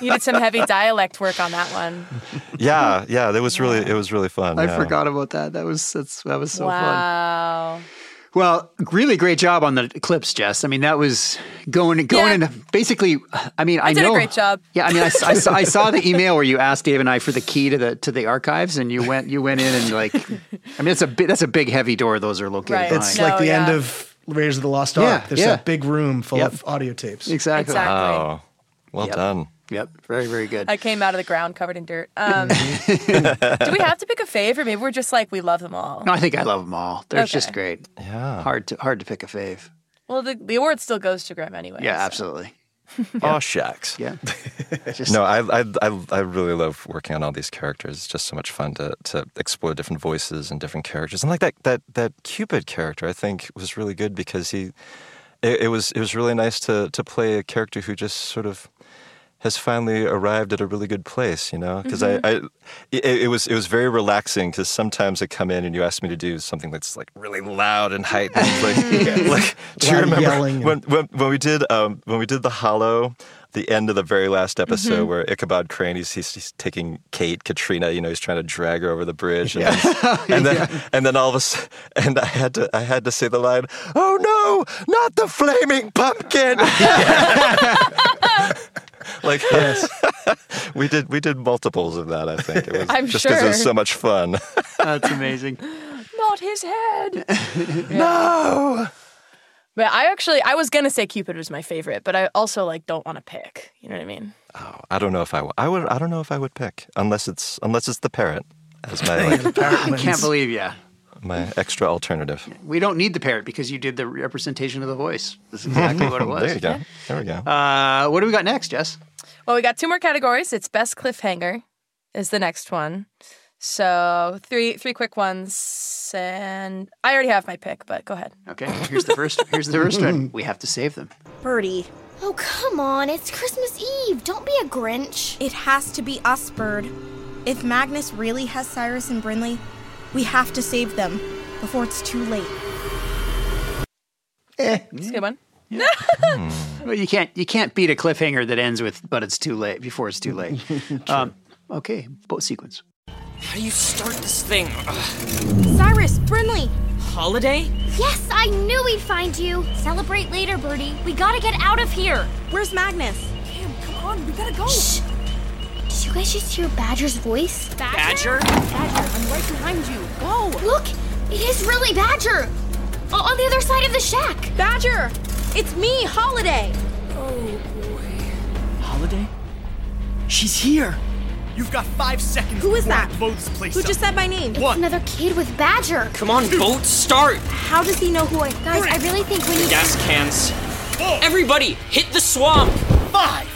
[SPEAKER 9] You did some heavy dialect work on that one.
[SPEAKER 8] yeah, yeah, that was really, it was really fun.
[SPEAKER 10] I
[SPEAKER 8] yeah.
[SPEAKER 10] forgot about that. That was that's that was so fun.
[SPEAKER 9] wow.
[SPEAKER 10] Well, really great job on the clips, Jess. I mean, that was going going and basically. I mean, I,
[SPEAKER 9] did a
[SPEAKER 10] know
[SPEAKER 9] great job.
[SPEAKER 10] Yeah, I mean, I, s- I saw, I saw the email where you asked Dave and I for the key to the to the archives, and you went you went in and like, I mean, it's a big, that's a big heavy door. Those are located. Behind.
[SPEAKER 11] It's like the end of Raiders of the Lost
[SPEAKER 10] Yeah,
[SPEAKER 11] Ark. There's
[SPEAKER 10] yeah.
[SPEAKER 11] that big room full
[SPEAKER 10] Yep.
[SPEAKER 11] of audio tapes.
[SPEAKER 10] Exactly. Exactly.
[SPEAKER 8] Wow, well done.
[SPEAKER 10] Yep, very, very good.
[SPEAKER 9] I came out of the ground covered in dirt. Um, do we have to pick a fave, or maybe we're just like we love them all?
[SPEAKER 10] Mm-hmm. No, I think I love them all. They're just
[SPEAKER 9] Okay.
[SPEAKER 10] great.
[SPEAKER 8] Yeah,
[SPEAKER 10] hard to hard to pick a fave.
[SPEAKER 9] Well, the, the award still goes to Graham anyway.
[SPEAKER 10] Yeah, absolutely.
[SPEAKER 8] Oh shucks.
[SPEAKER 10] Yeah.
[SPEAKER 8] no, I, I I I really love working on all these characters. It's just so much fun to to explore different voices and different characters. And like that that that Cupid character, I think was really good because he it, it was it was really nice to to play a character who just sort of has finally arrived at a really good place, you know? Because I,
[SPEAKER 10] Mm-hmm.
[SPEAKER 8] I it, it was it was very relaxing because sometimes I come in and you ask me to do something that's like really loud and heightened, like like do you
[SPEAKER 11] Loud
[SPEAKER 8] remember
[SPEAKER 11] yelling and-
[SPEAKER 8] when, when when we did um, when we did the Hollow, the end of the very last episode
[SPEAKER 11] Mhm.
[SPEAKER 8] where Ichabod Crane he's, he's he's taking Kate Katrina, you know, he's trying to drag her over the bridge, and, then, and then and then all of a sudden, and I had to I had to say the line, oh no, not the flaming pumpkin. like yes. we did we did multiples of that i think it was
[SPEAKER 9] I'm
[SPEAKER 8] just because it was
[SPEAKER 9] sure.
[SPEAKER 8] so much fun
[SPEAKER 10] that's amazing
[SPEAKER 9] Not his head.
[SPEAKER 8] No.
[SPEAKER 9] But I actually, I was gonna say Cupid was my favorite, but I also like don't want to pick. You know what I mean?
[SPEAKER 8] i don't know if I w- I would i don't know if i would pick unless it's unless it's the parrot as my like,
[SPEAKER 10] I can't believe you.
[SPEAKER 8] my extra alternative
[SPEAKER 10] We don't need the parrot because you did the representation of the voice. That's exactly what it was.
[SPEAKER 8] there you go there we go
[SPEAKER 10] Uh, what do we got next, Jess?
[SPEAKER 9] Well, we got two more categories. It's best cliffhanger, is the next one. So three three quick ones, and I already have my pick, but go ahead.
[SPEAKER 10] Okay, here's the first. Here's the first one. We have to save them.
[SPEAKER 6] Birdie.
[SPEAKER 2] Oh, come on. It's Christmas Eve. Don't be a Grinch.
[SPEAKER 6] It has to be us, Bird. If Magnus really has Cyrus and Brinley, We have to save them before it's too late.
[SPEAKER 9] It's a good one.
[SPEAKER 2] Oh,
[SPEAKER 10] Well, you can't you can't beat a cliffhanger that ends with "but it's too late" before it's too late. um, okay, boat sequence.
[SPEAKER 7] How do you start this thing? Ugh.
[SPEAKER 2] Cyrus, Brinley!
[SPEAKER 7] Holiday?
[SPEAKER 2] Yes, I knew we'd find you! Celebrate later, Birdie. We gotta get out of here!
[SPEAKER 6] Where's Magnus?
[SPEAKER 2] Damn, come on, we gotta go! Shh! Did you guys just hear Badger's voice?
[SPEAKER 7] Badger?
[SPEAKER 2] Badger, I'm right behind you. Go! Look! It is really Badger! O- on the other side of the shack! Badger! It's me, Holiday!
[SPEAKER 27] Oh boy. Holiday? She's here.
[SPEAKER 17] You've got five seconds.
[SPEAKER 2] Who is
[SPEAKER 17] before
[SPEAKER 2] that?
[SPEAKER 17] I blow this place
[SPEAKER 2] Who
[SPEAKER 17] up.
[SPEAKER 2] just said my name?
[SPEAKER 17] What?
[SPEAKER 2] another kid with Badger!
[SPEAKER 7] Come on, boat, start!
[SPEAKER 2] How does he know who I Guys, I really think we need
[SPEAKER 7] Gas cans. Everybody, hit the swamp!
[SPEAKER 17] Five!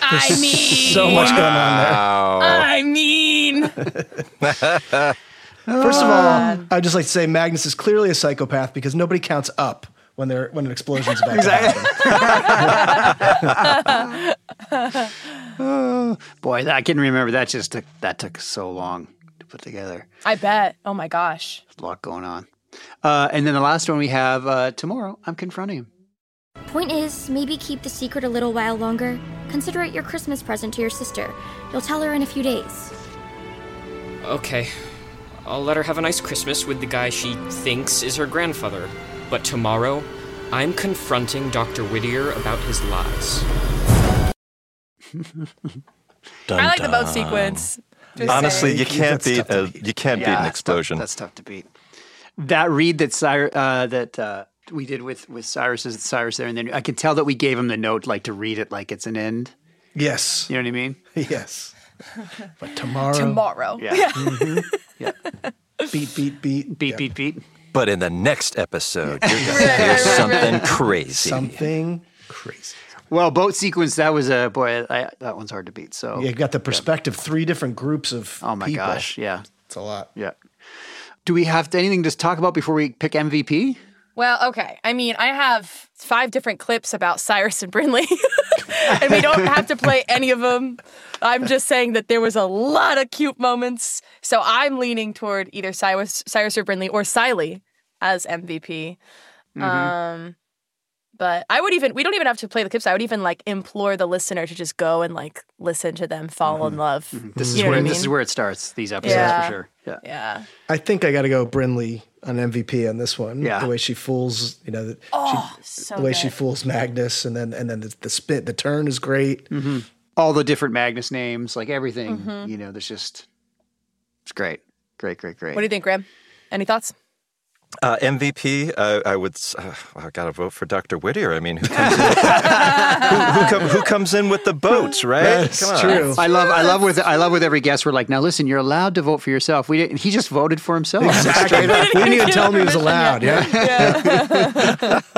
[SPEAKER 7] I mean,
[SPEAKER 11] so much going on there.
[SPEAKER 7] I mean,
[SPEAKER 11] First of all, I'd just like to say Magnus is clearly a psychopath because nobody counts up when they're when an explosion's about to happen.
[SPEAKER 10] Oh, boy, I can remember that. Just took, that took so long to put together.
[SPEAKER 9] I bet. Oh my gosh.
[SPEAKER 10] A lot going on. Uh, and then the last one we have uh, tomorrow. I'm confronting him.
[SPEAKER 16] Point is, maybe keep the secret a little while longer. Consider it your Christmas present to your sister. You'll tell her in a few days.
[SPEAKER 7] Okay. I'll let her have a nice Christmas with the guy she thinks is her grandfather. But tomorrow, I'm confronting Dr. Whittier about his lies.
[SPEAKER 9] I like the boat sequence. Just
[SPEAKER 8] Honestly,
[SPEAKER 9] saying.
[SPEAKER 8] you can't beat a, you can't beat
[SPEAKER 10] Yeah,
[SPEAKER 8] an
[SPEAKER 10] that's tough-
[SPEAKER 8] explosion.
[SPEAKER 10] That's tough to beat. That read that Cyrus uh, that uh, we did with with Cyrus's Cyrus there, and then I can tell that we gave him the note like to read it like it's an end.
[SPEAKER 11] Yes.
[SPEAKER 10] You know what I mean?
[SPEAKER 11] Yes. But tomorrow. Hmm.
[SPEAKER 9] Tomorrow.
[SPEAKER 10] Yeah.
[SPEAKER 9] Mm-hmm.
[SPEAKER 11] Beat, beat, beat.
[SPEAKER 10] Beat, beat, beat.
[SPEAKER 8] But in the next episode, you're going to hear something crazy.
[SPEAKER 11] Something crazy.
[SPEAKER 10] Well, boat sequence. That was a boy. I, that one's hard to beat. So
[SPEAKER 11] Yeah, you got the perspective, three different groups of
[SPEAKER 10] Oh my
[SPEAKER 11] people.
[SPEAKER 10] gosh! Yeah,
[SPEAKER 11] It's a lot.
[SPEAKER 10] yeah. Do we have to, anything to talk about before we pick MVP?
[SPEAKER 9] Well, okay. I mean, I have five different clips about Cyrus and Brinley, and we don't have to play any of them. I'm just saying that there was a lot of cute moments. So I'm leaning toward either Cyrus, Cyrus or Brinley or Siley as MVP. Um, but I would even, we don't even have to play the clips. I would even like implore the listener to just go and like listen to them fall in love.
[SPEAKER 10] Mm-hmm. This is
[SPEAKER 9] You know
[SPEAKER 10] where
[SPEAKER 9] what I
[SPEAKER 10] this is
[SPEAKER 9] mean?
[SPEAKER 10] where it starts. These episodes
[SPEAKER 9] Yeah.
[SPEAKER 10] for sure. Yeah.
[SPEAKER 9] Yeah.
[SPEAKER 11] I think I got to go Brinley on MVP on this one.
[SPEAKER 10] Yeah.
[SPEAKER 11] The way she fools, you know, the,
[SPEAKER 9] Oh,
[SPEAKER 11] she,
[SPEAKER 9] so
[SPEAKER 11] the way
[SPEAKER 9] good.
[SPEAKER 11] she fools Magnus, and then and then the, the spit, the turn is great.
[SPEAKER 10] Mm-hmm. All the different Magnus names, like everything.
[SPEAKER 9] Mm-hmm.
[SPEAKER 10] You know, there's just it's great, great, great, great.
[SPEAKER 9] What do you think, Graham? Any thoughts?
[SPEAKER 8] Uh, MVP, uh, I would. s- Uh, I got to vote for Dr. Whittier. I mean, who comes in, who, who, come, who comes in with the boats, right?
[SPEAKER 11] That's
[SPEAKER 8] Come on.
[SPEAKER 11] true.
[SPEAKER 10] I love, I love with, I love with every guest. We're like, now listen, you're allowed to vote for yourself. We didn't, he just voted for himself.
[SPEAKER 11] Exactly. we didn't even tell him he was allowed. Yeah.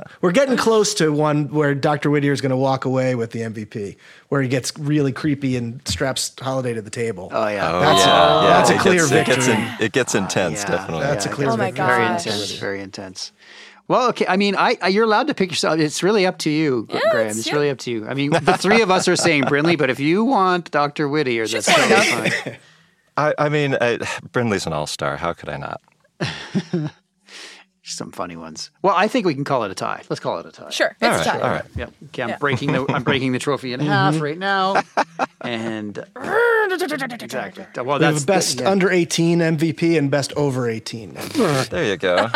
[SPEAKER 11] We're getting close to one where Dr. Whittier is going to walk away with the MVP, where he gets really creepy and straps Holiday to the table.
[SPEAKER 10] Oh yeah,
[SPEAKER 8] Oh,
[SPEAKER 11] That's a-
[SPEAKER 8] yeah, yeah.
[SPEAKER 11] that's a
[SPEAKER 8] it
[SPEAKER 11] clear
[SPEAKER 8] gets, It gets,
[SPEAKER 11] victory.
[SPEAKER 8] in, it gets intense,
[SPEAKER 10] Uh, Yeah,
[SPEAKER 8] definitely.
[SPEAKER 11] That's a
[SPEAKER 10] it
[SPEAKER 11] clear
[SPEAKER 10] gets
[SPEAKER 9] Oh my
[SPEAKER 10] very- Very
[SPEAKER 9] gosh.
[SPEAKER 10] intense. Very intense. Well, okay. I mean, I, I you're allowed to pick yourself. It's really up to you, Gr- Graham. It's, really up to you. I mean, the three of us are saying Brinley, but if you want Dr. Whittier, that's totally fine.
[SPEAKER 8] I, I mean, I, Brindley's an all-star. How could I not?
[SPEAKER 10] Some funny ones. Well, I think we can call it a tie. Let's call it a tie.
[SPEAKER 9] Sure. It's
[SPEAKER 8] All
[SPEAKER 9] a
[SPEAKER 8] right,
[SPEAKER 9] time.
[SPEAKER 8] all right.
[SPEAKER 10] Yep. Okay, I'm
[SPEAKER 9] Yeah. Mm-hmm.
[SPEAKER 10] breaking the I'm breaking the trophy in half
[SPEAKER 11] Mm-hmm.
[SPEAKER 10] right now. And exactly. Well,
[SPEAKER 11] We have
[SPEAKER 10] that's
[SPEAKER 11] a best
[SPEAKER 10] yeah.
[SPEAKER 11] under 18 MVP and best over 18.
[SPEAKER 8] There you go.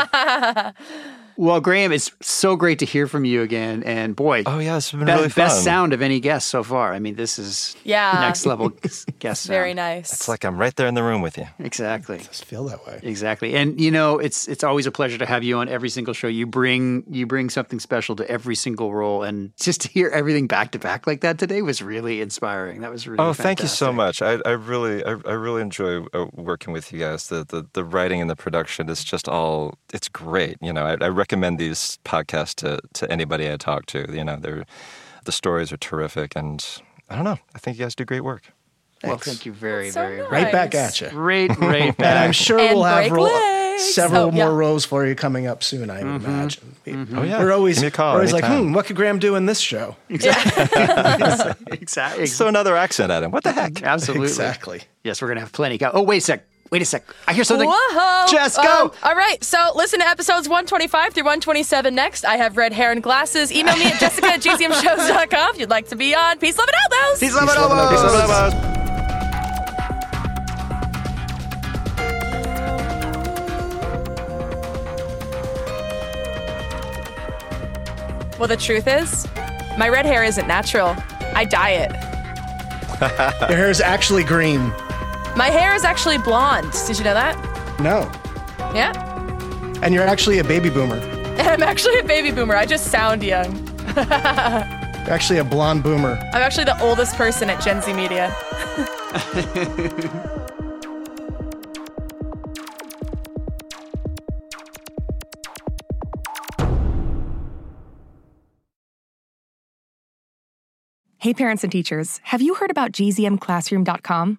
[SPEAKER 10] Well, Graham, it's so great to hear from you again. And boy,
[SPEAKER 8] Oh yeah, it's been
[SPEAKER 10] be-
[SPEAKER 8] really fun.
[SPEAKER 10] best sound of any guest so far. I mean, this is
[SPEAKER 9] Yeah.
[SPEAKER 10] next level guest sound.
[SPEAKER 9] Very nice.
[SPEAKER 8] It's like I'm right there in the room with you.
[SPEAKER 10] Exactly.
[SPEAKER 11] Just feel that way.
[SPEAKER 10] Exactly. And you know, it's it's always a pleasure to have you on every single show. You bring you bring something special to every single role and just to hear everything back to back like that today was really inspiring. That was really
[SPEAKER 8] oh, thank you so
[SPEAKER 10] fantastic.
[SPEAKER 8] much. I, I really, I, I really enjoy uh, working with you guys. The, the the writing and the production is just all it's great. You know, I, I recommend these podcasts to to anybody I talk to. You know, they're the stories are terrific, and I don't know. I think you guys do great work.
[SPEAKER 10] Well, thank you very
[SPEAKER 9] so
[SPEAKER 10] very
[SPEAKER 9] nice.
[SPEAKER 10] much.
[SPEAKER 11] Right back
[SPEAKER 9] Nice.
[SPEAKER 11] at you.
[SPEAKER 10] Great, great.
[SPEAKER 11] And I'm sure
[SPEAKER 9] And
[SPEAKER 11] we'll have
[SPEAKER 9] break
[SPEAKER 11] roll
[SPEAKER 9] legs. eggs.
[SPEAKER 11] several
[SPEAKER 9] Oh,
[SPEAKER 11] more
[SPEAKER 9] yeah.
[SPEAKER 11] rows for you coming up soon, I would imagine.
[SPEAKER 8] Mm-hmm. Oh, yeah.
[SPEAKER 11] We're always,
[SPEAKER 8] Give me a call
[SPEAKER 11] we're always like,
[SPEAKER 8] anytime.
[SPEAKER 11] hmm, what could Graham do in this show?
[SPEAKER 10] exactly.
[SPEAKER 8] So another accent at him. What the heck?
[SPEAKER 10] Absolutely.
[SPEAKER 11] Exactly.
[SPEAKER 10] Yes, we're gonna have plenty. Go. Oh, wait a sec. Wait a sec. I hear something.
[SPEAKER 9] Whoa!
[SPEAKER 10] Jess,
[SPEAKER 9] Um,
[SPEAKER 10] go.
[SPEAKER 9] all right, so listen to episodes 125 through 127 next. I have red hair and glasses. Email me at jessica at gzmshows.com if you'd like to be on. Peace, love, and elbows!
[SPEAKER 10] Peace, love, and elbows.
[SPEAKER 8] Peace, love, and elbows.
[SPEAKER 9] Well, the truth is, my red hair isn't natural. I dye it.
[SPEAKER 11] Your hair is actually green.
[SPEAKER 9] My hair is actually blonde. Did you know that?
[SPEAKER 11] No.
[SPEAKER 9] Yeah.
[SPEAKER 11] And you're actually a baby boomer.
[SPEAKER 9] And I'm actually a baby boomer. I just sound young. I'm
[SPEAKER 11] You're actually a blonde boomer.
[SPEAKER 9] actually the oldest person at Gen Z Media.
[SPEAKER 20] Hey, parents and teachers, have you heard about gzmclassroom.com?